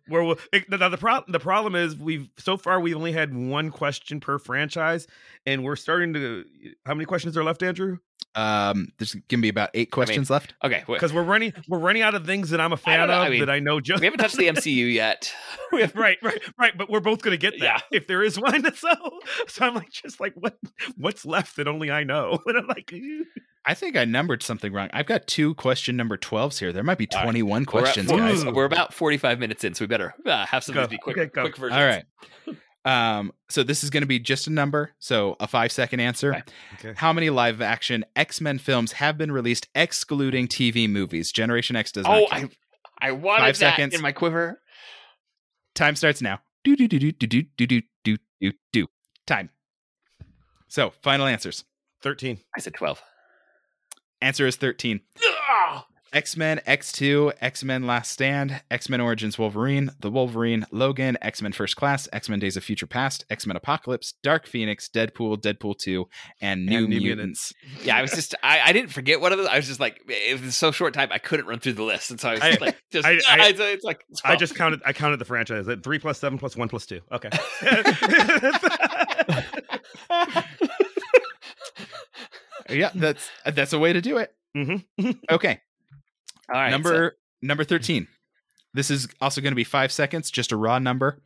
A: where we'll, it, now the problem the problem is we've so far we've only had one question per franchise and we're starting to how many questions are left andrew
C: Um, there's gonna be about eight questions left.
B: Okay, wait.
A: because we're running we're running out of things that I'm a fan
B: know,
A: of
B: I mean,
A: that I know just
B: we haven't touched the MCU yet. We have-
A: right, right, right. But we're both gonna get that
B: Yeah.
A: if there is one. So, so I'm like, just like what what's left that only I know, and I'm like, "Ew."
C: I think I numbered something wrong. I've got two question number twelves here. There might be
B: All right.
C: twenty one
B: We're, at
C: questions,
B: four-
C: guys.
A: Ooh.
B: we're about 45 minutes in, so we better uh, have some of
A: Go.
B: these be quick,
A: Okay, go.
B: quick versions.
C: All right. Um, so this is going to be just a number, so a five second answer.
B: Okay.
A: Okay.
C: How many live action X Men films have been released, excluding TV movies? Generation X does
B: Oh,
C: not. Count.
B: I, I wanted
C: Five
B: that
C: seconds.
B: in my quiver.
C: Time starts now. Do do do do do do do do do do do. Time. So final answers.
A: thirteen.
B: I said 12.
C: Answer is thirteen.
B: Ugh.
C: X Men X Two, X Men Last Stand, X Men Origins Wolverine, The Wolverine, Logan, X Men First Class, X Men Days of Future Past, X Men Apocalypse, Dark Phoenix, Deadpool, Deadpool Two, and New,
A: New
C: Mutants.
B: Yeah, I was just, I, I didn't forget one of those. I was just like, it was so short time, I couldn't run through the list. And so I was
A: I-
B: just like, just,
A: I- I-
B: ah, it's, it's like,
A: I just counted. I counted the franchise. Like, Three plus seven plus one plus two. Okay.
C: Yeah, that's that's a way to do it.
A: Mhm.
C: Okay,
B: Mm-hmm. All right, so-
C: number number thirteen. This is also going to be five seconds, just a raw number.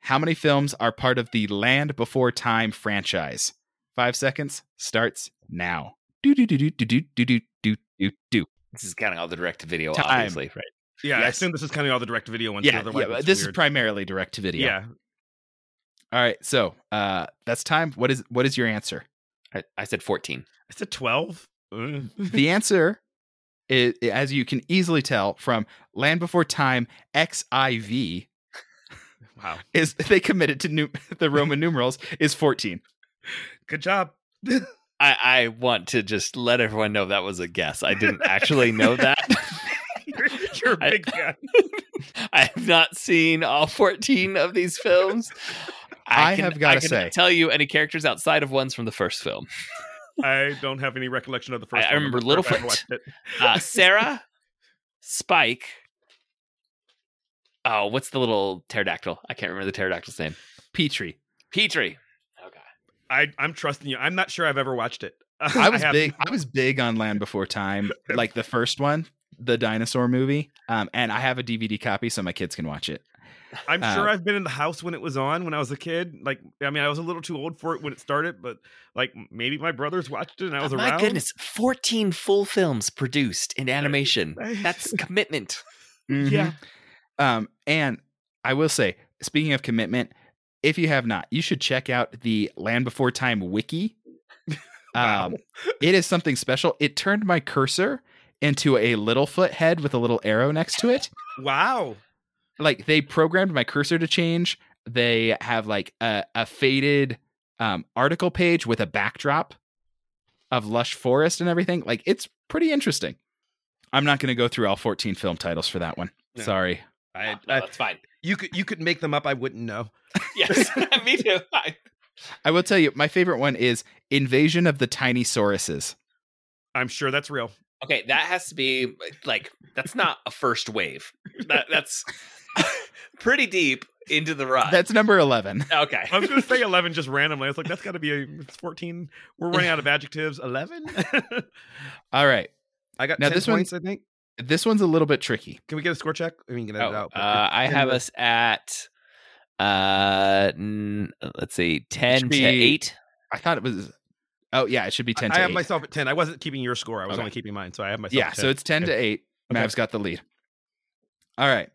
C: How many films are part of the Land Before Time franchise? Five seconds starts now. Do do do do do do do do do do.
B: This is counting all the direct to video,
C: Time.
B: obviously, right?
A: yeah, I
C: Yes.
A: assume this is counting all the direct video ones.
C: yeah,
A: otherwise
C: yeah,
A: it's
C: this is
A: weird.
C: primarily direct to video.
A: yeah.
C: All right. So uh that's time. What is what is your answer?
B: I, I said 14.
A: It's a twelve. Ugh.
C: The answer is as you can easily tell from Land Before Time XIV
A: Wow.
C: is they committed to nu- the Roman numerals is 14.
A: Good job.
B: I, I want to just let everyone know that was a guess. I didn't actually know that.
A: You're, you're a
B: I-
A: big fan.
B: I have not seen all 14 of these films.
C: I have gotta
B: I cannot
C: say-
B: tell you any characters outside of ones from the first film.
A: I don't have any recollection of the first.
B: I
A: one.
B: remember
A: I'm not sure if
B: Littlefoot.
A: I ever watched it.
B: Uh, Sarah, Spike. Oh, what's the little pterodactyl? I can't remember the pterodactyl's name.
C: Petrie.
B: Petrie. Okay.
A: I, I'm trusting you. I'm not sure I've ever watched it.
C: I was
A: have-
C: big I was big on Land Before Time, like the first one, the dinosaur movie. Um and I have a DVD copy so my kids can watch it.
A: I'm
C: uh,
A: sure I've been in the house when it was on when I was a kid. Like, I mean, I was a little too old for it when it started, but like maybe my brothers watched it and I was
B: Oh My
A: around.
B: goodness, 14 full films produced in animation. That's commitment.
C: Mm-hmm.
A: Yeah.
C: Um, and I will say, speaking of commitment, if you have not, you should check out the Land Before Time wiki.
A: Wow.
C: Um, it is something special. It turned my cursor into a Littlefoot head with a little arrow next to it.
A: Wow.
C: Like they programmed my cursor to change. They have like a, a faded um, article page with a backdrop of lush forest and everything. Like it's pretty interesting. I'm not going to go through all 14 film titles for that one.
A: No.
C: Sorry.
A: I,
B: No,
A: I-
B: Oh, that's fine.
A: you could you could make them up. I wouldn't know.
B: Yes, me too. I,
C: I will tell you, my favorite one is Invasion of the Tiny Sauruses.
A: I'm sure that's real.
B: okay, that has to be like that's not a first wave. That, that's pretty deep into the rut.
C: That's number 11.
B: okay.
A: I was going to say 11 just randomly. I was like, that's got to be a it's 14. We're running out of adjectives. 11.
C: All right.
A: I got
C: Now,
A: 10
C: this
A: points. I think.
C: This one's a little bit tricky.
A: Can we get a score check? I mean, get
B: Oh,
A: it out. but
B: uh, I
A: it's
B: have
A: in
B: us at uh n- let's see 10 to
C: be-
B: 8
C: I thought it was. Oh, yeah. It should be 10
A: the-
C: to
A: I have
C: 8.
A: myself at 10. I wasn't keeping your score. I was
C: Okay.
A: only keeping mine. So I have myself.
C: yeah.
A: at
C: So it's 10 to 8.
A: Okay.
C: Mav's got the lead. All right.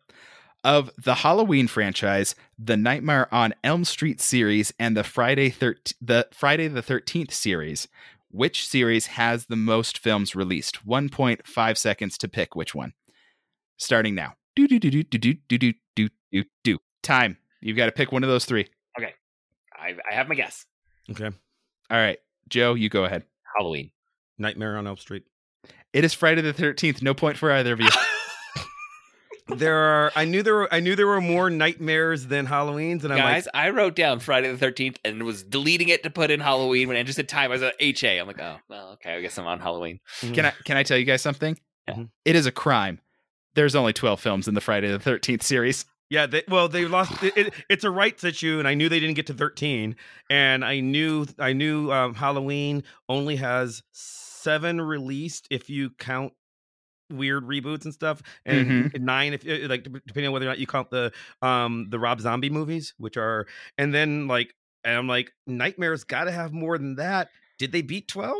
C: Of the Halloween franchise, the Nightmare on Elm Street series, and the Friday, thir- the Friday the 13th series, which series has the most films released? 1.5 seconds to pick which one. Starting now. Do, do, do, do, do, do, do, do, do, do, do. Time. You've got to pick one of those three.
B: I, I have my guess
A: okay.
C: All right. Joe, you go ahead.
B: halloween
A: Nightmare on Elm Street.
C: It is Friday the 13th. No point for either of you.
A: There are. I knew there. Were, I knew there were more nightmares than Halloweens, and I'm
B: guys i wrote down friday the 13th and was deleting it to put in halloween when andrew said time i was a ha i'm like oh well okay i guess i'm on halloween
A: like,
C: Can I can I tell you guys something?
A: Mm-hmm.
B: Yeah.
C: It is a crime. There's only 12 films in the Friday the 13th series.
A: Yeah. They, well, they lost. It, it, it's a rights issue, and I knew they didn't get to 13, and I knew. I knew um, Halloween only has seven released if you count weird reboots and stuff, and
C: Mm-hmm.
A: nine if uh, like depending on whether or not you count the um the Rob Zombie movies, which are and then like and I'm like Nightmare's got to have more than that. Did they beat twelve?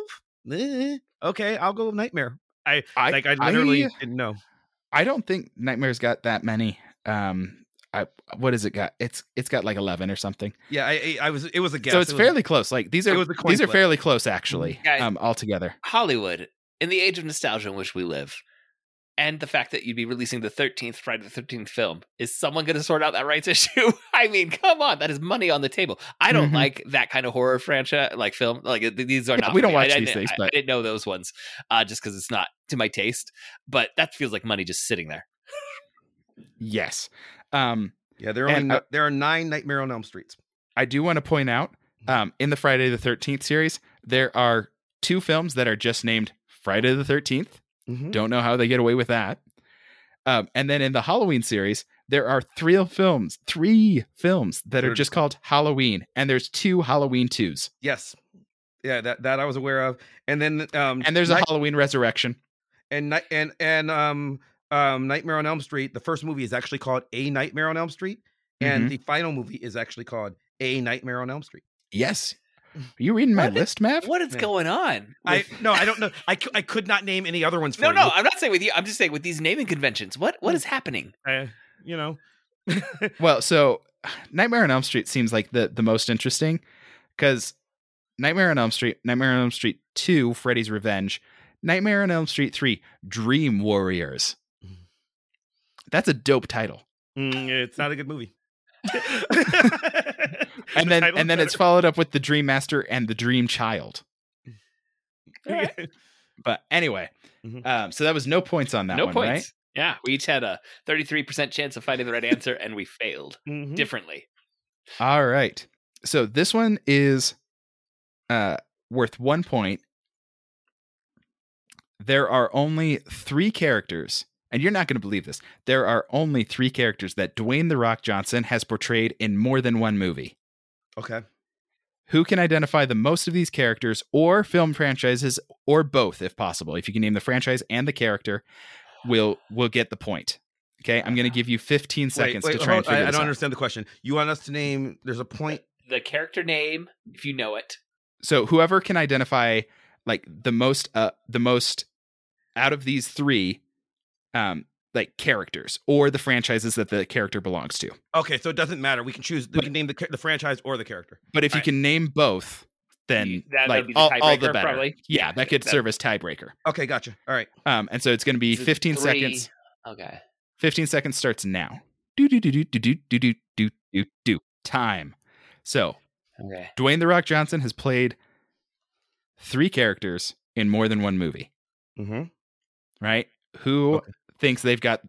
A: Eh, okay, I'll go with Nightmare. I,
C: I-
A: like I literally
C: I-
A: didn't know.
C: I don't think Nightmare's got that many. Um, I what has it got? It's it's got like eleven or something.
A: Yeah, I, I- I was. It was a guess.
C: so it's
A: It was-
C: fairly close. Like these
A: it
C: are
A: was a
C: these
A: coin
C: are
A: flip. Mm-hmm.
C: fairly close actually.
B: Guys.
C: Um, altogether.
B: Hollywood, in the age of nostalgia in which we live, and the fact that you'd be releasing the 13th Friday the 13th film, is someone going to sort out that rights issue? I mean, come on, that is money on the table. I don't
C: Mhm.
B: like that kind of horror franchise, like film. Like th- these are
C: Yeah,
B: not.
C: we
B: for
C: don't
B: me. I-
C: watch
B: I
C: these
B: didn't-
C: things,
B: I- I
C: but-
B: didn't know those ones, uh, just because it's not to my taste. But that feels like money just sitting there.
C: Yes. Um,
A: Yeah, there are only,
C: And,
A: no-
C: uh,
A: there are nine Nightmare on Elm Streets.
C: I do want to point out
A: Mm-hmm.
C: um, in the Friday the Thirteenth series there are two films that are just named Friday the Thirteenth.
A: Mhm.
C: Don't know how they get away with that. Um, and then in the Halloween series, there are three films, three films that are
A: They're-
C: just called Halloween, and there's two Halloween twos,
A: Yes, yeah, that that I was aware of. And then um
C: and there's a
A: Night-
C: Halloween Resurrection.
A: and Night- and and um um Nightmare on Elm Street. The first movie is actually called A Nightmare on Elm Street, and
C: Mhm.
A: the final movie is actually called A Nightmare on Elm Street.
C: Yes, are you reading my
B: What?
C: list, Mav?
B: What is
A: Yeah.
B: going on?
A: I
B: with-
A: no, I don't know. I, cou- I could not name any other ones. For
B: no,
A: you.
B: no, I'm not saying with you. I'm just saying with these naming conventions. What
C: Mm.
B: what is happening?
A: I- Eh, you know.
C: Well, so Nightmare on Elm Street seems like the the most interesting because Nightmare on Elm Street, Nightmare on Elm Street Two, Freddy's Revenge, Nightmare on Elm Street Three, Dream Warriors.
B: Mm.
C: That's a dope title.
A: Mm, it's not a good movie.
C: and then and then it's followed up with the dream master and the dream child but anyway
A: Mhm.
C: um so that was no points on that
B: Mm-hmm. no
C: one
B: points.
C: right
B: Yeah, we each had a 33% chance of finding the right answer, and we failed
C: Mm.
A: Mhm.
B: differently.
C: all right so this one is uh worth one point there are only three characters and you're not going to believe this there are only three characters that dwayne the rock johnson has portrayed in more than one movie
A: okay.
C: who can identify the most of these characters or film franchises or both if possible if you can name the franchise and the character we'll we'll get the point okay i'm going to give you 15 seconds to try and
A: hold-
C: figure
A: I, I
C: this
A: don't
C: out
A: understand the question. You want us to name? There's a point.
B: the character name, if you know it.
C: so whoever can identify like the most uh the most out of these three um like characters or the franchises that the character belongs to
A: Okay, so it doesn't matter. We can choose. We can name the, cha- the franchise or the character.
C: but if you
B: Right.
C: can name both then
B: That- that'd
C: like
B: be the
C: all, all the
B: tiebreaker,
C: better
B: probably.
C: yeah that could
B: That-
C: serve as tiebreaker
A: Okay, gotcha. All right.
C: um and so it's going to be
B: So
C: 15
B: three-
C: seconds
B: Okay.
C: 15 seconds starts now. Do do do do do do do do do do do time. So
B: Okay.
C: Dwayne the Rock Johnson has played three characters in more than one movie,
A: Mm-hmm.
C: right? Who
A: Okay.
C: thinks they've got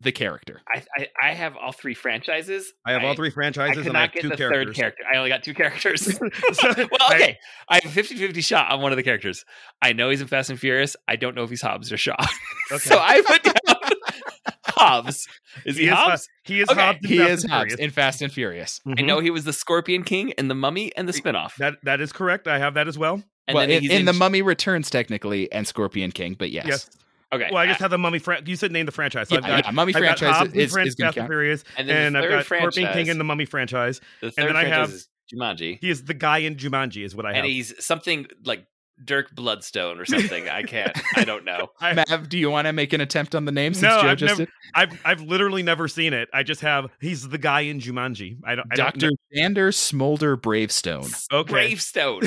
C: the character?
B: I, I I have all three franchises.
A: I have all three
B: I
A: franchises
B: could
A: and I have
B: not get
A: two
B: the
A: characters.
B: third character. I only got two characters.
A: So,
B: well, okay. I have a 50 50 shot on one of the characters. I know he's in Fast and Furious. I don't know if he's Hobbs or Shaw.
A: Okay.
B: so I put down Hobbs. Is he,
A: He is Hob-
B: Hobbs?
A: he is
B: Okay,
A: Hobbs. in
C: He
A: Fast
C: is
A: and
C: Hobbs Mm-hmm.
A: Furious.
C: in Fast and Furious.
B: I
A: Mhm.
B: know he was the Scorpion King and the Mummy and the spinoff.
A: that that is correct. I have that as well.
B: and
C: well,
B: then
C: in,
B: he's
C: in The Mummy Returns, technically, and Scorpion King, but yes.
A: Yes.
B: Okay.
A: Well, I just have the Mummy. Fran- you said name the franchise. So
C: Yeah,
A: I've got,
C: yeah, Mummy
A: I've got
C: franchise
A: Hobbs and
C: is,
A: Fran-
C: is going
A: Fast
C: to
A: and
C: count.
A: Furious,
B: and
A: and,
B: then the
A: I've
B: third
A: got
B: franchise.
A: Scorpion King and the Mummy franchise.
B: the third
A: then I
B: franchise
A: have-
B: is Jumanji.
A: He is the guy in Jumanji, is what I have.
B: and he's something like Dirk Bloodstone or something. I can't. I don't know.
C: Mav, do you want to make an attempt on the name since
A: No,
C: Joe
A: I've
C: just
A: never-
C: did?
A: I've I've literally never seen it. I just have he's the guy in Jumanji. I don't. I don't
C: Dr. Vander Smolder Bravestone.
A: Okay.
B: Bravestone.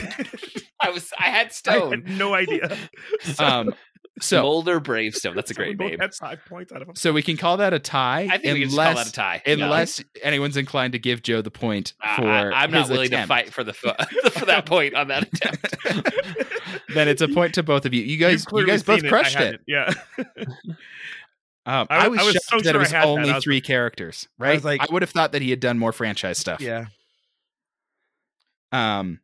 B: I was. I had
A: know. I
B: Stone.
A: had no idea. So,
C: Um, so
B: Smolder Bravestone. That's a
A: so we
B: great
A: both
B: name.
A: Had five points out of him.
C: So we can call that a tie.
B: I think we can just call that a tie. Yeah.
C: Unless anyone's inclined to give Joe the point
B: I-
C: for
B: I, am not
C: his
B: willing
C: attempt,
B: to fight for the fu- for that point on that attempt.
C: then it's a point to both of you. You
A: You've
C: guys, you
A: clearly
C: guys both
A: seen
C: crushed
A: I
C: it.
A: had Yeah.
C: Um,
A: I
C: I,
A: was-
C: was
A: I was
C: shocked
A: so
C: that
A: sure I
C: it was
A: had that.
C: only
A: I was-
C: three characters. Right? I,
A: was like-
C: would have thought that he had done more franchise stuff.
A: yeah.
C: Um,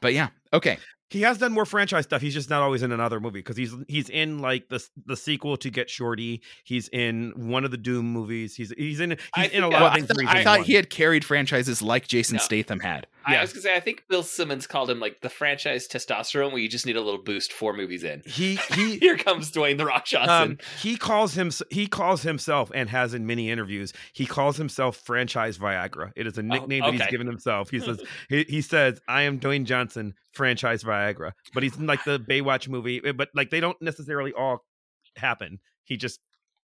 C: but yeah, okay.
A: He has done more franchise stuff. He's just not always in another movie because he's he's in like the the sequel to Get Shorty. He's in one of the Doom movies. He's he's in he's
B: I
A: in a
B: think-
A: lot
C: Well,
A: of
C: I,
A: things.
C: thought-
A: that he's
C: I
A: in
C: thought
A: one.
C: he had carried franchises like Jason
B: No.
C: Statham had.
B: I was gonna say I think Bill Simmons called him like the franchise testosterone, where you just need a little boost four movies in.
A: He he
B: Here comes Dwayne the Rock Johnson.
A: um, he calls him he calls himself and has in many interviews he calls himself franchise Viagra. It is a nickname that
B: okay.
A: he's given himself. He says he, he says I am Dwayne Johnson franchise Viagra, but he's in like the Baywatch movie. eh, But like they don't necessarily all happen. He just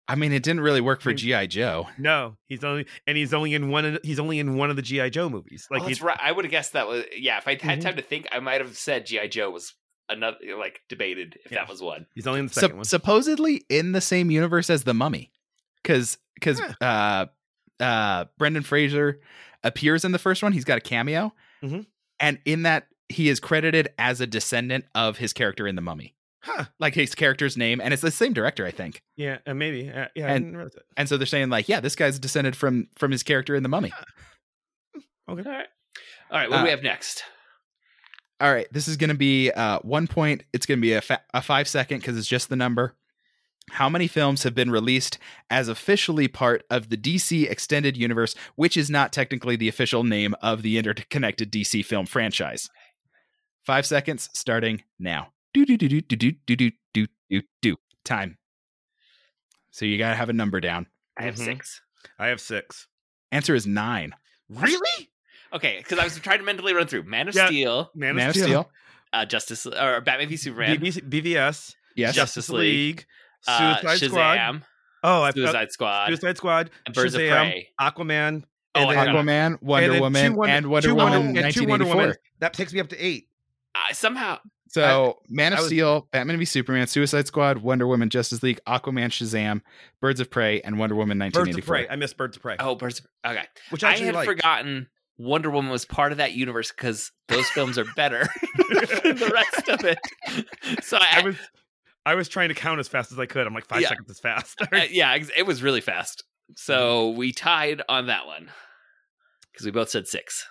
C: I mean, it didn't really work for GI Joe.
A: no. He's only and he's only in one. Of, he's only in one of the GI Joe movies. Like
B: oh,
A: he's
B: that's right. I would have guessed that was yeah. If I had
A: Mhm.
B: time to think, I might have said GI Joe was another like debated if that was one.
A: he's only in the
C: Sup-
A: second one.
C: supposedly in the same universe as the Mummy, because because
A: Huh.
C: uh, uh, Brendan Fraser appears in the first one. He's got a cameo,
A: Mhm.
C: and in that he is credited as a descendant of his character in the Mummy,
A: Huh.
C: like his character's name, and it's the same director, I think.
A: Yeah, uh, maybe. Uh, yeah, I
C: And-
A: didn't realize it.
C: And so they're saying like, yeah, this guy's descended from from his character in the Mummy.
B: All right, all right. What do
C: Uh,
B: we have next?
C: All right, this is going to be uh, one point. It's going to be a, fa- a five second because it's just the number. How many films have been released as officially part of the DC Extended Universe, which is not technically the official name of the interconnected DC film franchise? Five seconds starting now. Do do do do do do do do do do do time. So you gotta have a number down.
B: I have
A: mhm.
B: six.
A: I have six.
C: Answer is nine.
A: Really?
B: Okay, because I was trying to mentally run through Man of
A: Yeah.
B: Steel,
A: Man,
C: Man of Steel.
B: uh, Justice or Batman v Superman,
A: BBC BVS,
C: Yes.
B: Just-
A: Justice
B: Justice League,
A: League,
B: uh,
A: Suicide Squad.
B: Shazam,
A: Oh, I
B: Suicide Squad,
A: uh, Suicide Squad,
B: and Birds
A: Shazam,
B: of Prey.
A: Aquaman,
B: Oh,
A: and
B: I
A: then-
B: forgot.
C: Aquaman, Wonder
A: and then
C: Woman,
A: two Won-
C: and Wonder
A: two
C: Woman,
A: and two Wonder
C: 1984.
A: Womans. That takes me up to eight.
B: I somehow
C: So, Man of
A: I was-
C: Steel, Batman v Superman, Suicide Squad, Wonder Woman, Justice League, Aquaman, Shazam, Birds of Prey, and Wonder Woman
A: Birds of
C: 1984.
A: Prey. I missed Birds of Prey,
B: oh Birds. Of, okay,
A: which I
B: I
A: actually
B: had
A: like.
B: forgotten Wonder Woman was part of that universe because those films are better than the rest of it. So I,
A: I was, I was trying to count as fast as I could. I'm like five
B: Yeah.
A: seconds is fast.
B: Uh, yeah, ex- it was really fast. So
A: Mm-hmm.
B: we tied on that one because we both said six.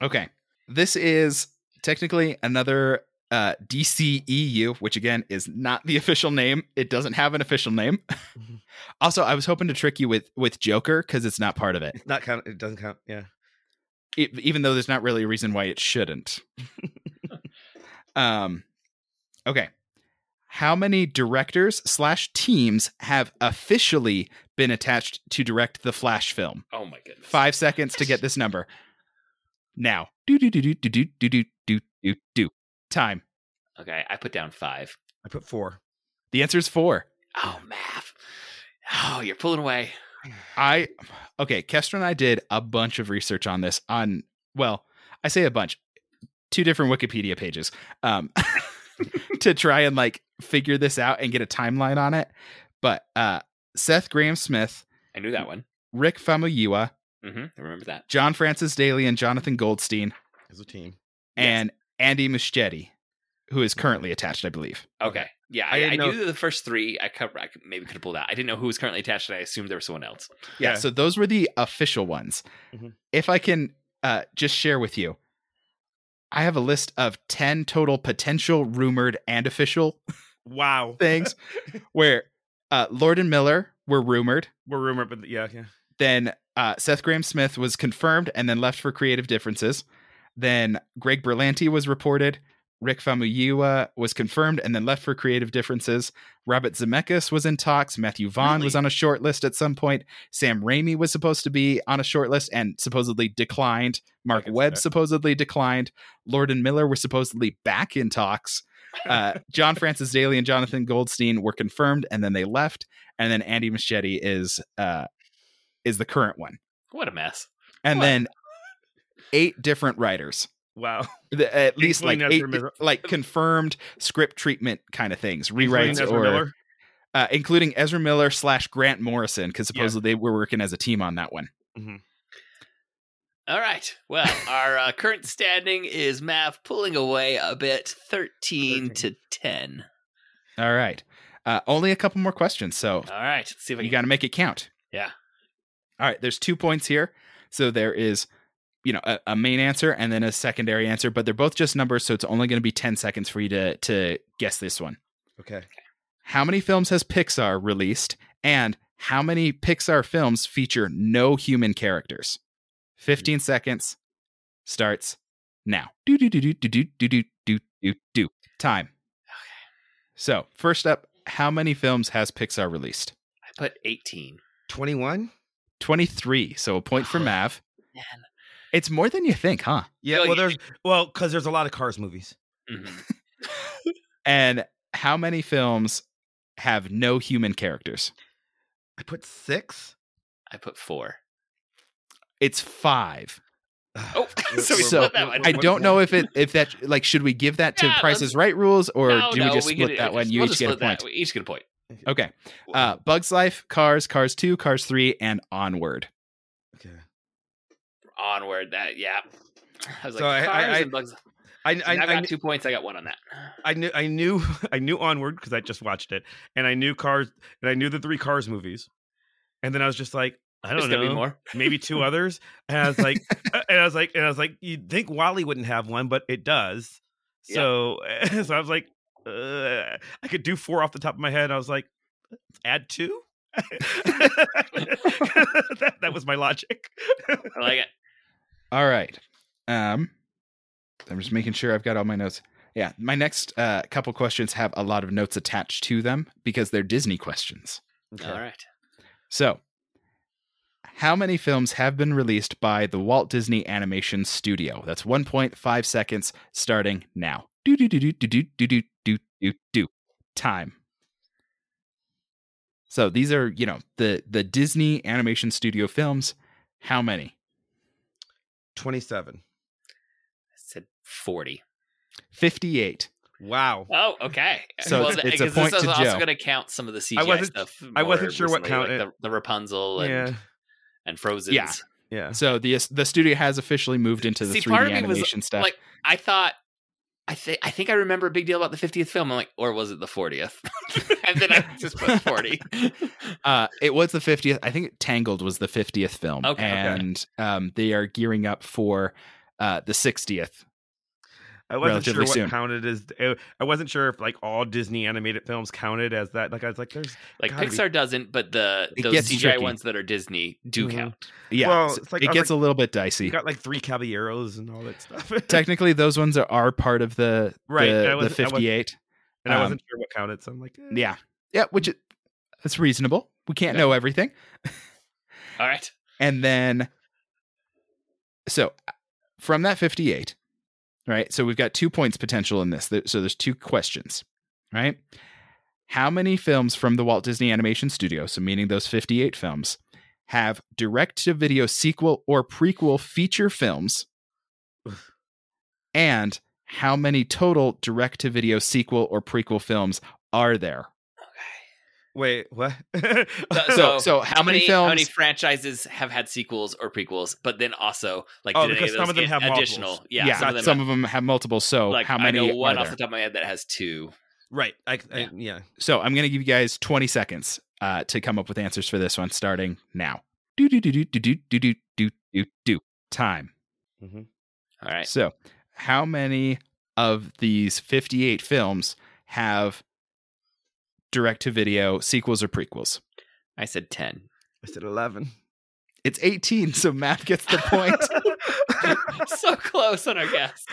C: Okay. This is technically another uh, DCEU, which again is not the official name. It doesn't have an official name.
A: Mm-hmm.
C: also, I was hoping to trick you with, with Joker because it's not part of it,
A: It's not count. It doesn't count. Yeah.
C: e- even though there's not really a reason why it shouldn't. um, okay. How many directors slash teams have officially been attached to direct the Flash film?
B: Oh my goodness!
C: Five seconds to get this number. Now. Do do do do do do do do do do do. Time.
B: Okay, I put down five.
A: I put four.
C: The answer is four.
B: Oh, math. Oh, you're pulling away.
C: I okay, Kestra and I did a bunch of research on this on well, I say a bunch. Two different Wikipedia pages. Um to try and like figure this out and get a timeline on it. But uh Seth Graham Smith,
B: I knew that one.
C: Rick Famuyiwa,
B: hmm I remember that.
C: John Francis Daly, and Jonathan Goldstein,
A: As a team,
B: Yes.
C: and Andy Muschietti, who is currently attached, I believe.
B: Okay. Yeah,
A: I
B: I, I,
A: didn't know-
B: knew the first three. I, cover, I could- maybe could have pulled out. I didn't know who was currently attached, and I assumed there was someone else.
C: yeah,
A: Yeah.
C: so those were the official ones
A: Mhm.
C: if i can uh, just share with you i have a list of 10 total potential rumored and official
A: wow,
C: things where uh, lord and miller were rumored
A: we're rumored, but yeah, yeah.
C: then uh, seth graham smith was confirmed and then left for creative differences then greg berlanti was reported rick famuyiwa was confirmed and then left for creative differences robert zemeckis was in talks matthew vaughn was
A: Really?
C: on a short list at some point sam raimi was supposed to be on a short list and supposedly declined mark
A: can see
C: webb
A: that.
C: supposedly declined lord and miller were supposedly back in talks uh, john francis daly and jonathan goldstein were confirmed and then they left and then andy machete is uh, is the current one.
B: What a mess.
C: And
B: What?
C: then eight different writers.
A: Wow,
C: The- At least like
A: Including
C: eight,
A: Ezra Miller.
C: like confirmed script treatment kind of things, rewrites
A: Including Ezra
C: or
A: Miller.
C: Uh, including Ezra Miller slash Grant Morrison because
A: Yeah.
C: supposedly they were working as a team on that one.
B: All right. Well, our uh, current standing is Mav pulling away a bit 13 to 10.
C: All right, uh, only a couple more questions, so
B: All right. Let's see if I
C: you
B: can
C: got to make it count.
B: Oh, Yeah.
C: All right. There's two points here, so there is. You know, a, a main answer and then a secondary answer, but they're both just numbers, so it's only going to be ten seconds for you to to guess this one.
A: Okay,
C: How many films has Pixar released? And how
B: Hmm.
C: many Pixar films feature no human characters? 15 seconds. starts now. Do do do do do do do do do do do time. So first up, how many films has Pixar released?
B: I put 18.
A: 21?
C: 23. So a point for
B: Oh.
C: Mav.
B: Man.
C: It's more than you think, huh?
A: Yeah,
B: Well,
A: well,
B: you-
A: there's well, because there's a lot of Cars movies.
B: Mhm.
C: And how many films have no human characters?
A: I put six.
B: I put four.
C: It's five.
B: Oh, so we
C: So,
B: split that one.
C: I don't know if it if that like should we give that to
B: Yeah,
C: Price
B: let's-
C: is Right rules or
B: No,
C: do we
B: no,
C: just
B: can
C: split
B: do-
C: that one? You
B: we'll
C: each
B: just
C: get a
B: split that.
C: point.
B: We each get a point.
C: Okay. Uh, Bugs Life, Cars, Cars Two, Cars Three, and Onward.
A: Okay.
B: Onward. That yeah. I was like,
A: So I-
B: cars
A: I-
B: and bugs.
A: I I,
B: I, got
A: I, kn-
B: two points. I got one on that.
A: I knew I knew I knew Onward because I just watched it, and I knew Cars, and I knew the three Cars movies, and then I was just like, I
B: There's
A: don't
B: gonna be
A: know,
B: more.
A: maybe two others, and I was like, and I was like, and I was like, you'd think Wally wouldn't have one, but it does.
B: Yeah.
A: So so I was like, uh, I could do four off the top of my head. I was like, let's add two. that, that was my logic.
B: I like it.
C: All right. Um, I'm just making sure I've got all my notes. Yeah, my next uh, couple questions have a lot of notes attached to them because they're Disney questions.
B: All right.
C: So, how many films have been released by the Walt Disney Animation Studio? That's 1.5 seconds starting now. Do do do do do do do do do do do. Time. So these are, you know, the the Disney Animation Studio films. How many?
A: Twenty-seven.
B: I said forty.
C: 58.
A: Wow.
B: Oh, okay.
C: So it's-
B: th-
C: it's a
B: because
C: point
B: this is
C: to
B: also
C: Joe.
B: going to count some of the CGI
A: I wasn't-
B: stuff.
A: I wasn't
B: more
A: sure what
B: recently,
A: count
B: like
A: it-
B: the, the Rapunzel and
A: Yeah.
B: and Frozen.
C: Yeah.
A: Yeah.
C: So the the studio has officially moved into the
B: Uh. See,
C: 3D
B: part of me was,
C: animation stuff.
B: like- I thought. I think I think I remember a big deal about the 50th film. I'm like, or was it the 40th? and then I just put 40.
C: uh, it was the 50th. I think Tangled was the 50th film,
B: Okay, okay.
C: and um, they are gearing up for uh, the 60th.
A: I wasn't sure
C: relatively soon.
A: what counted as. I- I wasn't sure if like all Disney animated films counted as that. Like I was like, there's
B: Like
A: Gotta be-
B: Pixar doesn't, but the
C: It
B: those
C: gets
B: CGI
C: tricky.
B: ones that are Disney do
A: Mhm.
B: count.
C: Yeah,
A: Well,
C: so
A: it's like- I
C: it
A: was
C: gets
A: like-
C: a little bit
A: you
C: dicey.
A: got like three caballeros and all that stuff.
C: Technically, those ones are, are part of the
A: Right,
C: the-
A: I
C: the,
A: wasn't- I wasn't-
C: 58.
A: and I
C: um,
A: wasn't sure what counted, so I'm like, eh.
C: Yeah, yeah, which is, that's reasonable. We can't
B: Okay.
C: know everything.
B: All right.
C: And then, so from that 58, right? So we've got two points potential in this. There- So there's two questions, right? How many films from the Walt Disney Animation Studio, so meaning those 58 films, have direct to video sequel or prequel feature films? and how many total direct to video sequel or prequel films are there?
A: Wait, what?
C: So, so how, many, films?
B: How many franchises have had sequels or prequels? But then also, like,
A: Oh,
B: did any
A: because
B: of
A: some
B: those
A: of them
B: get
A: have multiples.
B: additional. Yeah, some of them. have-
C: have multiple. So
B: like,
C: how
B: I
C: many?
B: know one
C: are
B: off
C: there?
B: the top of my head that has two.
A: right. I, I,
B: Yeah.
A: yeah.
C: So I'm going to give you guys 20 seconds uh, to come up with answers for this one starting now. Do do do do do do do do do do do time.
B: All right.
C: So, how many of these 58 films have direct to video sequels or prequels?
B: I said 10.
A: I said 11.
C: It's 18, so Matt gets the point.
B: so close on our guess.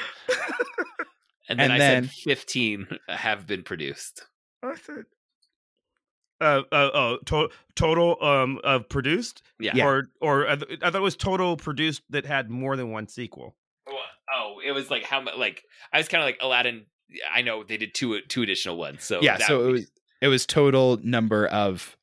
B: And then
C: And
B: I
C: then-
B: said 15 have been produced.
A: I said. Uh, uh, oh, to- total um of produced,
B: Yeah.
C: Yeah.
A: or or I, th- I thought it was total produced that had more than one sequel.
B: Oh, it was like how much? Like, I was kind of like Aladdin. I know they did two two additional ones. So
C: yeah,
B: that
C: so
B: would
C: it
B: be-
C: was it was total number of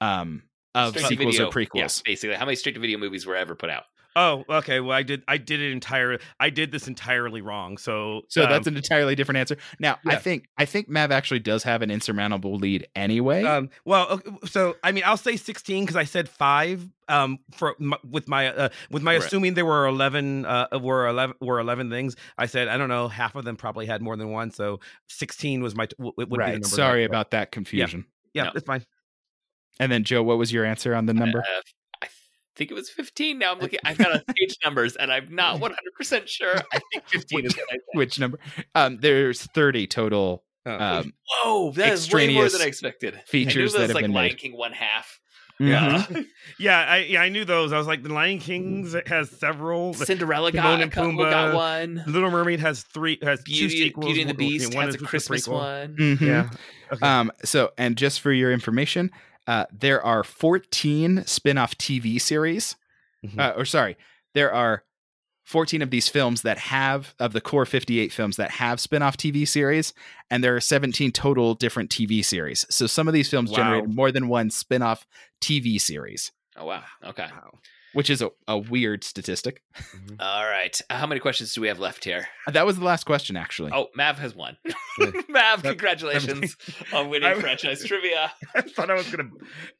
C: um of
B: straight to
C: sequels
B: video.
C: or prequels.
B: Yeah, basically, how many straight to video movies were ever put out?
A: Oh, okay. Well, I did. I did it entire. I did this entirely wrong. So,
C: So
A: um,
C: that's an entirely different answer. Now, I
A: yeah.
C: think I think Mav actually does have an insurmountable lead anyway.
A: Um, well, okay, so I mean, I'll say sixteen because I said five. Um, for m- with my uh, with my
B: Right.
A: assuming there were eleven uh were eleven were eleven things. I said I don't know. Half of them probably had more than one, so sixteen was my t- w- w- would be the
C: right.
A: number. that I
C: Sorry
A: put.
C: about that confusion.
A: yeah,
B: No.
A: it's fine.
C: And then Joe, what was your answer on the number?
B: Uh, I think it was 15. Now I'm looking. I've got on page numbers, and I'm not 100 percent sure. I think 15 is what I said.
C: Which number? Um, there's 30 total
A: Uh,
C: um,
B: Whoa, that is way more
C: extraneous
B: than I expected. I knew
C: features
B: there
C: that
B: was
C: have
B: like
C: been
B: Lion
C: made.
B: King one half.
A: Yeah,
C: mm-hmm.
A: yeah, I yeah, I knew those. I was like, the Lion King's
C: Mm.
A: has several. The
B: Cinderella got,
A: Timon
B: a
A: and
B: couple, got
A: Pumbaa,
B: one.
A: Little Mermaid has three has two
B: Beauty,
A: sequels.
B: Beauty and the
A: one-
B: Beast
A: one
B: has
A: is
B: a
A: with the
B: Christmas
A: prequel.
B: one.
C: Mhm.
A: Yeah,
C: Um, so, and just for your information, uh, there are 14 spin off TV series,
A: Mhm.
C: uh, or sorry, there are 14 of these films that have, of the core 58 films that have spin off TV series, and there are 17 total different TV series. So, some of these films
A: Wow.
C: generated more than one spin off TV series,
B: Oh wow. Okay.
A: Wow.
C: which is a, a weird statistic.
B: All right. How many questions do we have left here?
C: That was the last question, actually.
B: Oh, Mav has one. Mav, congratulations on winning
A: I-
B: franchise trivia.
A: I thought I was gonna.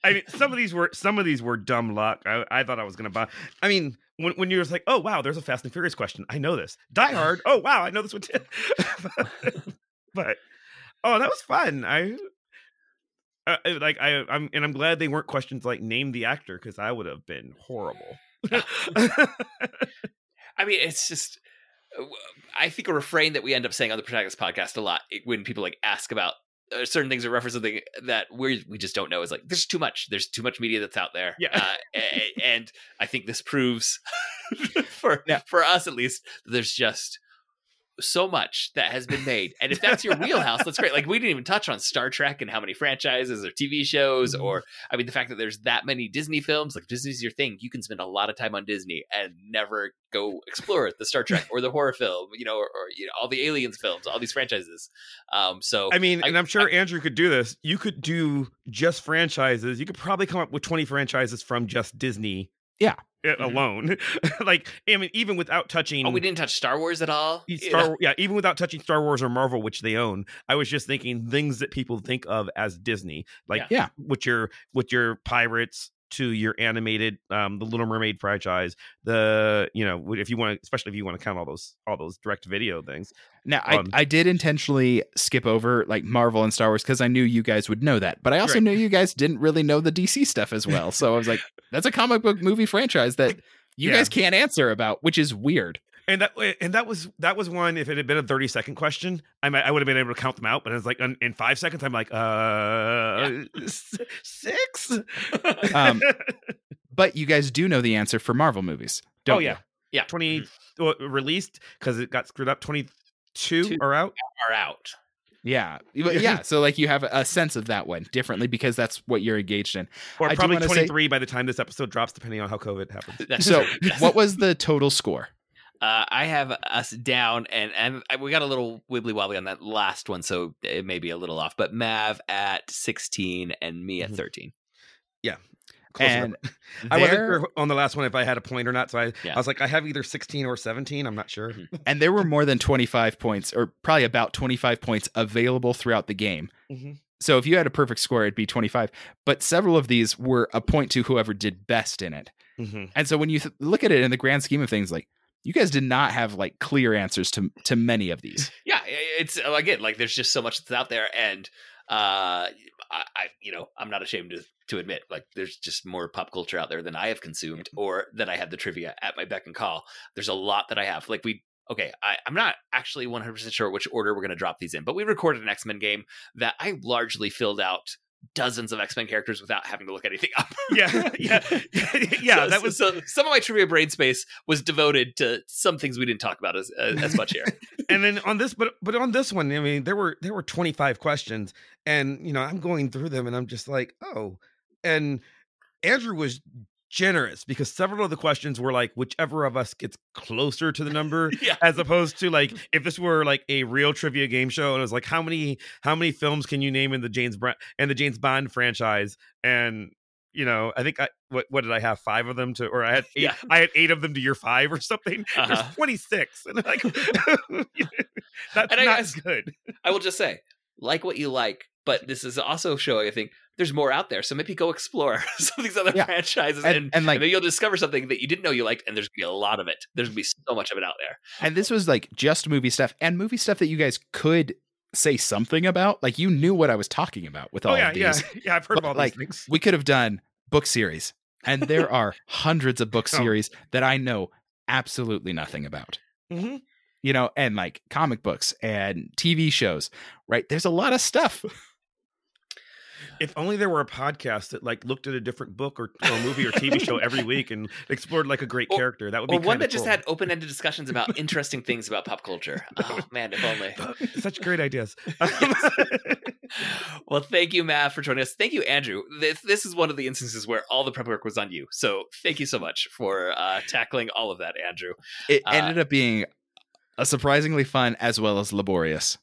A: I mean, some of these were some of these were dumb luck. I, I thought I was gonna buy. I mean, when when you were just like, oh wow, there's a Fast and Furious question. I know this. Die Hard. Oh wow, I know this one too. but oh, that was fun. I. I I- like I, I'm, and I'm glad they weren't questions like name the actor because I would have been horrible.
B: I mean, it's just. uh, I think a refrain that we end up saying on the protagonist podcast a lot when people like ask about uh, certain things or reference something that we we just don't know is like there's too much. There's too much media that's out there.
A: Yeah.
B: uh, a- a- and I think this proves for
C: Yeah.
B: for us at least that there's just so much that has been made. And if that's your wheelhouse, that's great. Like we didn't even touch on Star Trek and how many franchises or TV shows
A: Mm-hmm.
B: or I mean, the fact that there's that many Disney films, like Disney's your thing. You can spend a lot of time on Disney and never go explore the Star Trek or the horror film, you know, or, or you know, all the aliens films, all these franchises. Um, so
A: I mean,
B: I-
A: and I'm sure Andrew could do this. You could do just franchises. You could probably come up with 20 franchises from just Disney.
C: Yeah.
A: uh,
B: Mhm.
A: Alone. like, I mean, even without touching E
B: oh, we didn't touch Star Wars at all. You
A: Star
B: know?
A: yeah, even without touching Star Wars or Marvel, which they own, I was just thinking things that people think of as Disney. Like
B: Yeah.
C: Yeah.
A: with your with your pirates to your animated um the Little Mermaid franchise, the you know, if you want to especially if you want to count all those all those direct video things.
C: Now, I,
A: Um,
C: I did intentionally skip over like Marvel and Star Wars because I knew you guys would know that, but I also
A: Right.
C: knew you guys didn't really know the DC stuff as well. So I was like, that's a comic book movie franchise that you
A: Yeah.
C: guys can't answer about, which is weird.
A: And that eh, and that was that was one. If it had been a thirty second question, I might, I would have been able to count them out. But it's like in, in five seconds, I'm like, uh, s- six.
C: Um, But you guys do know the answer for Marvel movies. Don't
A: oh yeah,
B: Yeah.
A: Twenty well, released because it got screwed up. Twenty
B: Two.
A: two are out.
B: are out.
C: You? Yeah. But yeah. So like you have a sense of that one differently because that's what you're engaged in.
A: or
C: I do
A: probably
C: wanna say- Uh,
A: 23 by the time this episode drops depending on how covid happens
B: That's
C: so
B: true. Yes.
C: what was the total score?
B: Uh, I have us down, and and I- we got a little wibbly wobbly on that last one, so it may be a little off. But Mav at sixteen and me at
A: Mhm.
B: thirteen.
A: Close enough.
C: and
A: i wasn't
C: there-
A: sure on the last one if i had a point or not so i,
B: Yeah.
A: I was like i have either 16 or 17 i'm not sure
B: Mhm.
C: and there were more than 25 points or probably about 25 points available throughout the game
A: Mhm.
C: so if you had a perfect score it'd be 25 but several of these were a point to whoever did best in it
A: Mm-hmm.
C: and so when you th- look at it in the grand scheme of things like you guys did not have like clear answers to to many of these
B: yeah i- it's uh, again like there's just so much that's out there and uh i, I you know i'm not ashamed to to admit like there's just more pop culture out there than i have consumed or that i have the trivia at my beck and call there's a lot that i have like we okay I, i'm not actually 100% sure which order we're going to drop these in but we recorded an x-men game that i largely filled out dozens of x-men characters without having to look anything up
A: yeah yeah yeah
B: So-
A: that was
B: so, some of my trivia brain space was devoted to some things we didn't talk about as, uh, as, as much here
A: and then on this but but on this one i mean there were there were 25 questions and you know i'm going through them and i'm just like oh and andrew was generous because several of the questions were like whichever of us gets closer to the number
B: yeah
A: as opposed to like if this were like a real trivia game show and it was like how many how many films can you name in the James Brown and the James Bond franchise and you know I think I what what did I have five of them to or I had eight,
B: Yeah.
A: I had eight of them to your five or something
B: Uh-huh.
A: there's 26 and like that's
B: And I
A: not
B: guess-
A: good
B: I will just say, like what you like, but this is also showing, I think, there's more out there. So maybe go explore some of these other
C: Yeah.
B: franchises and,
C: And- and, like-
B: maybe you'll discover something that you didn't know you liked, and there's gonna be a lot of it. There's gonna be so much of it out there.
C: and this was like just movie stuff and movie stuff that you guys could say something about like you knew what i was talking about with all
A: oh yeah
C: of these
A: yeah yeah I've heard
C: But,
A: of all
C: like,
A: these things
C: we could have done book series and there are hundreds of book
A: Oh.
C: series that i know absolutely nothing about
B: Mm-hmm.
A: Mhm.
C: you know and like comic books and tv shows right there's a lot of stuff
A: If only there were a podcast that like looked at a different book or, or movie or TV show every week and explored like a great
B: Or-
A: character. That would be
B: Or one
A: kinda
B: that just
A: cool.
B: had open ended discussions about interesting things about pop culture. Oh, man, if only.
A: such great ideas.
B: well, thank you, Matt, for joining us. Thank you, Andrew. This, this is one of the instances where all the prep work was on you. So thank you so much for uh, tackling all of that, Andrew.
C: It
B: Uh,
C: ended up being a surprisingly fun as well as laborious.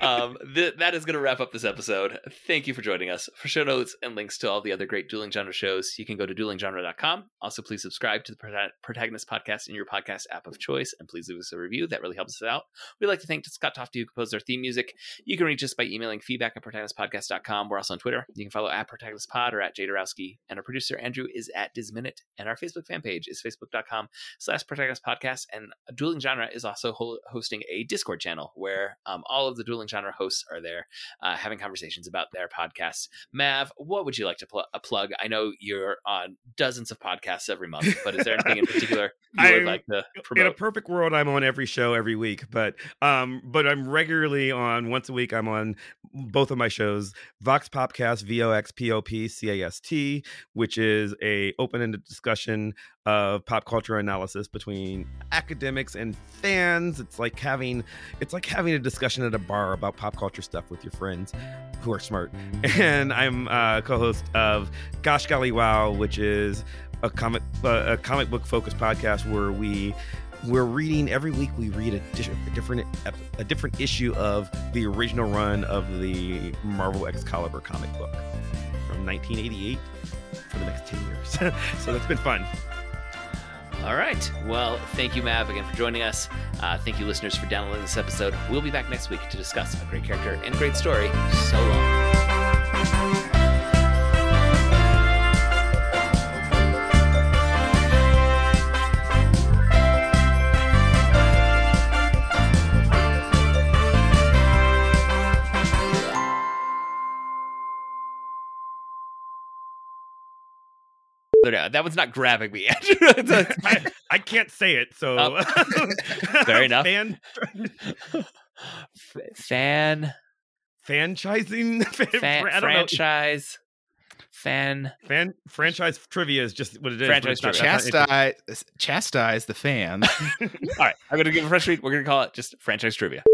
B: um, th- that is going to wrap up this episode. Thank you for joining us. For show notes and links to all the other great dueling genre shows, you can go to duelinggenre.com. Also, please subscribe to the Prota- Protagonist podcast in your podcast app of choice, and please leave us a review. That really helps us out. We'd like to thank Scott Tofty, who composed our theme music. You can reach us by emailing feedback at protagonistpodcast.com. We're also on Twitter. You can follow at protagonistpod or at jadarowski. And our producer, Andrew, is at disminute. And our Facebook fan page is facebook.com slash protagonist podcast and dueling genre is also ho- hosting a discord channel where um, all of the dueling genre hosts are there uh, having conversations about their podcasts mav what would you like to pl- uh, plug i know you're on dozens of podcasts every month but is there anything in particular you would
A: I-
B: like to
A: In a
B: promote
A: perfect world, I'm on every show every week, but um, but I'm regularly on once a week. I'm on both of my shows, Vox Popcast, V O X P O P C A S T, which is a open-ended discussion of pop culture analysis between academics and fans. It's like having it's like having a discussion at a bar about pop culture stuff with your friends who are smart. And I'm uh, co-host of Gosh Golly Wow, which is a comic uh, a comic book focused podcast where we we're reading every week. We read a, di- a different ep- a different issue of the original run of the Marvel Excalibur comic book from 1988 for the next 10 years. so that's been fun.
B: all right well thank you mav again for joining us uh, thank you listeners for downloading this episode we'll be back next week to discuss a great character and great story so long No, that one's not grabbing me.
A: I, I can't say it, so
B: Oh. Fair enough.
A: Fan
B: F- fan,
A: franchising,
B: fan
A: I don't know.
B: franchise, fan.
A: Fan franchise trivia is just what it is.
B: Franchise
A: but it's not- that's not
C: Chastise, chastise the fans.
B: All right, I'm gonna give a fresh read. We're gonna call it just franchise trivia.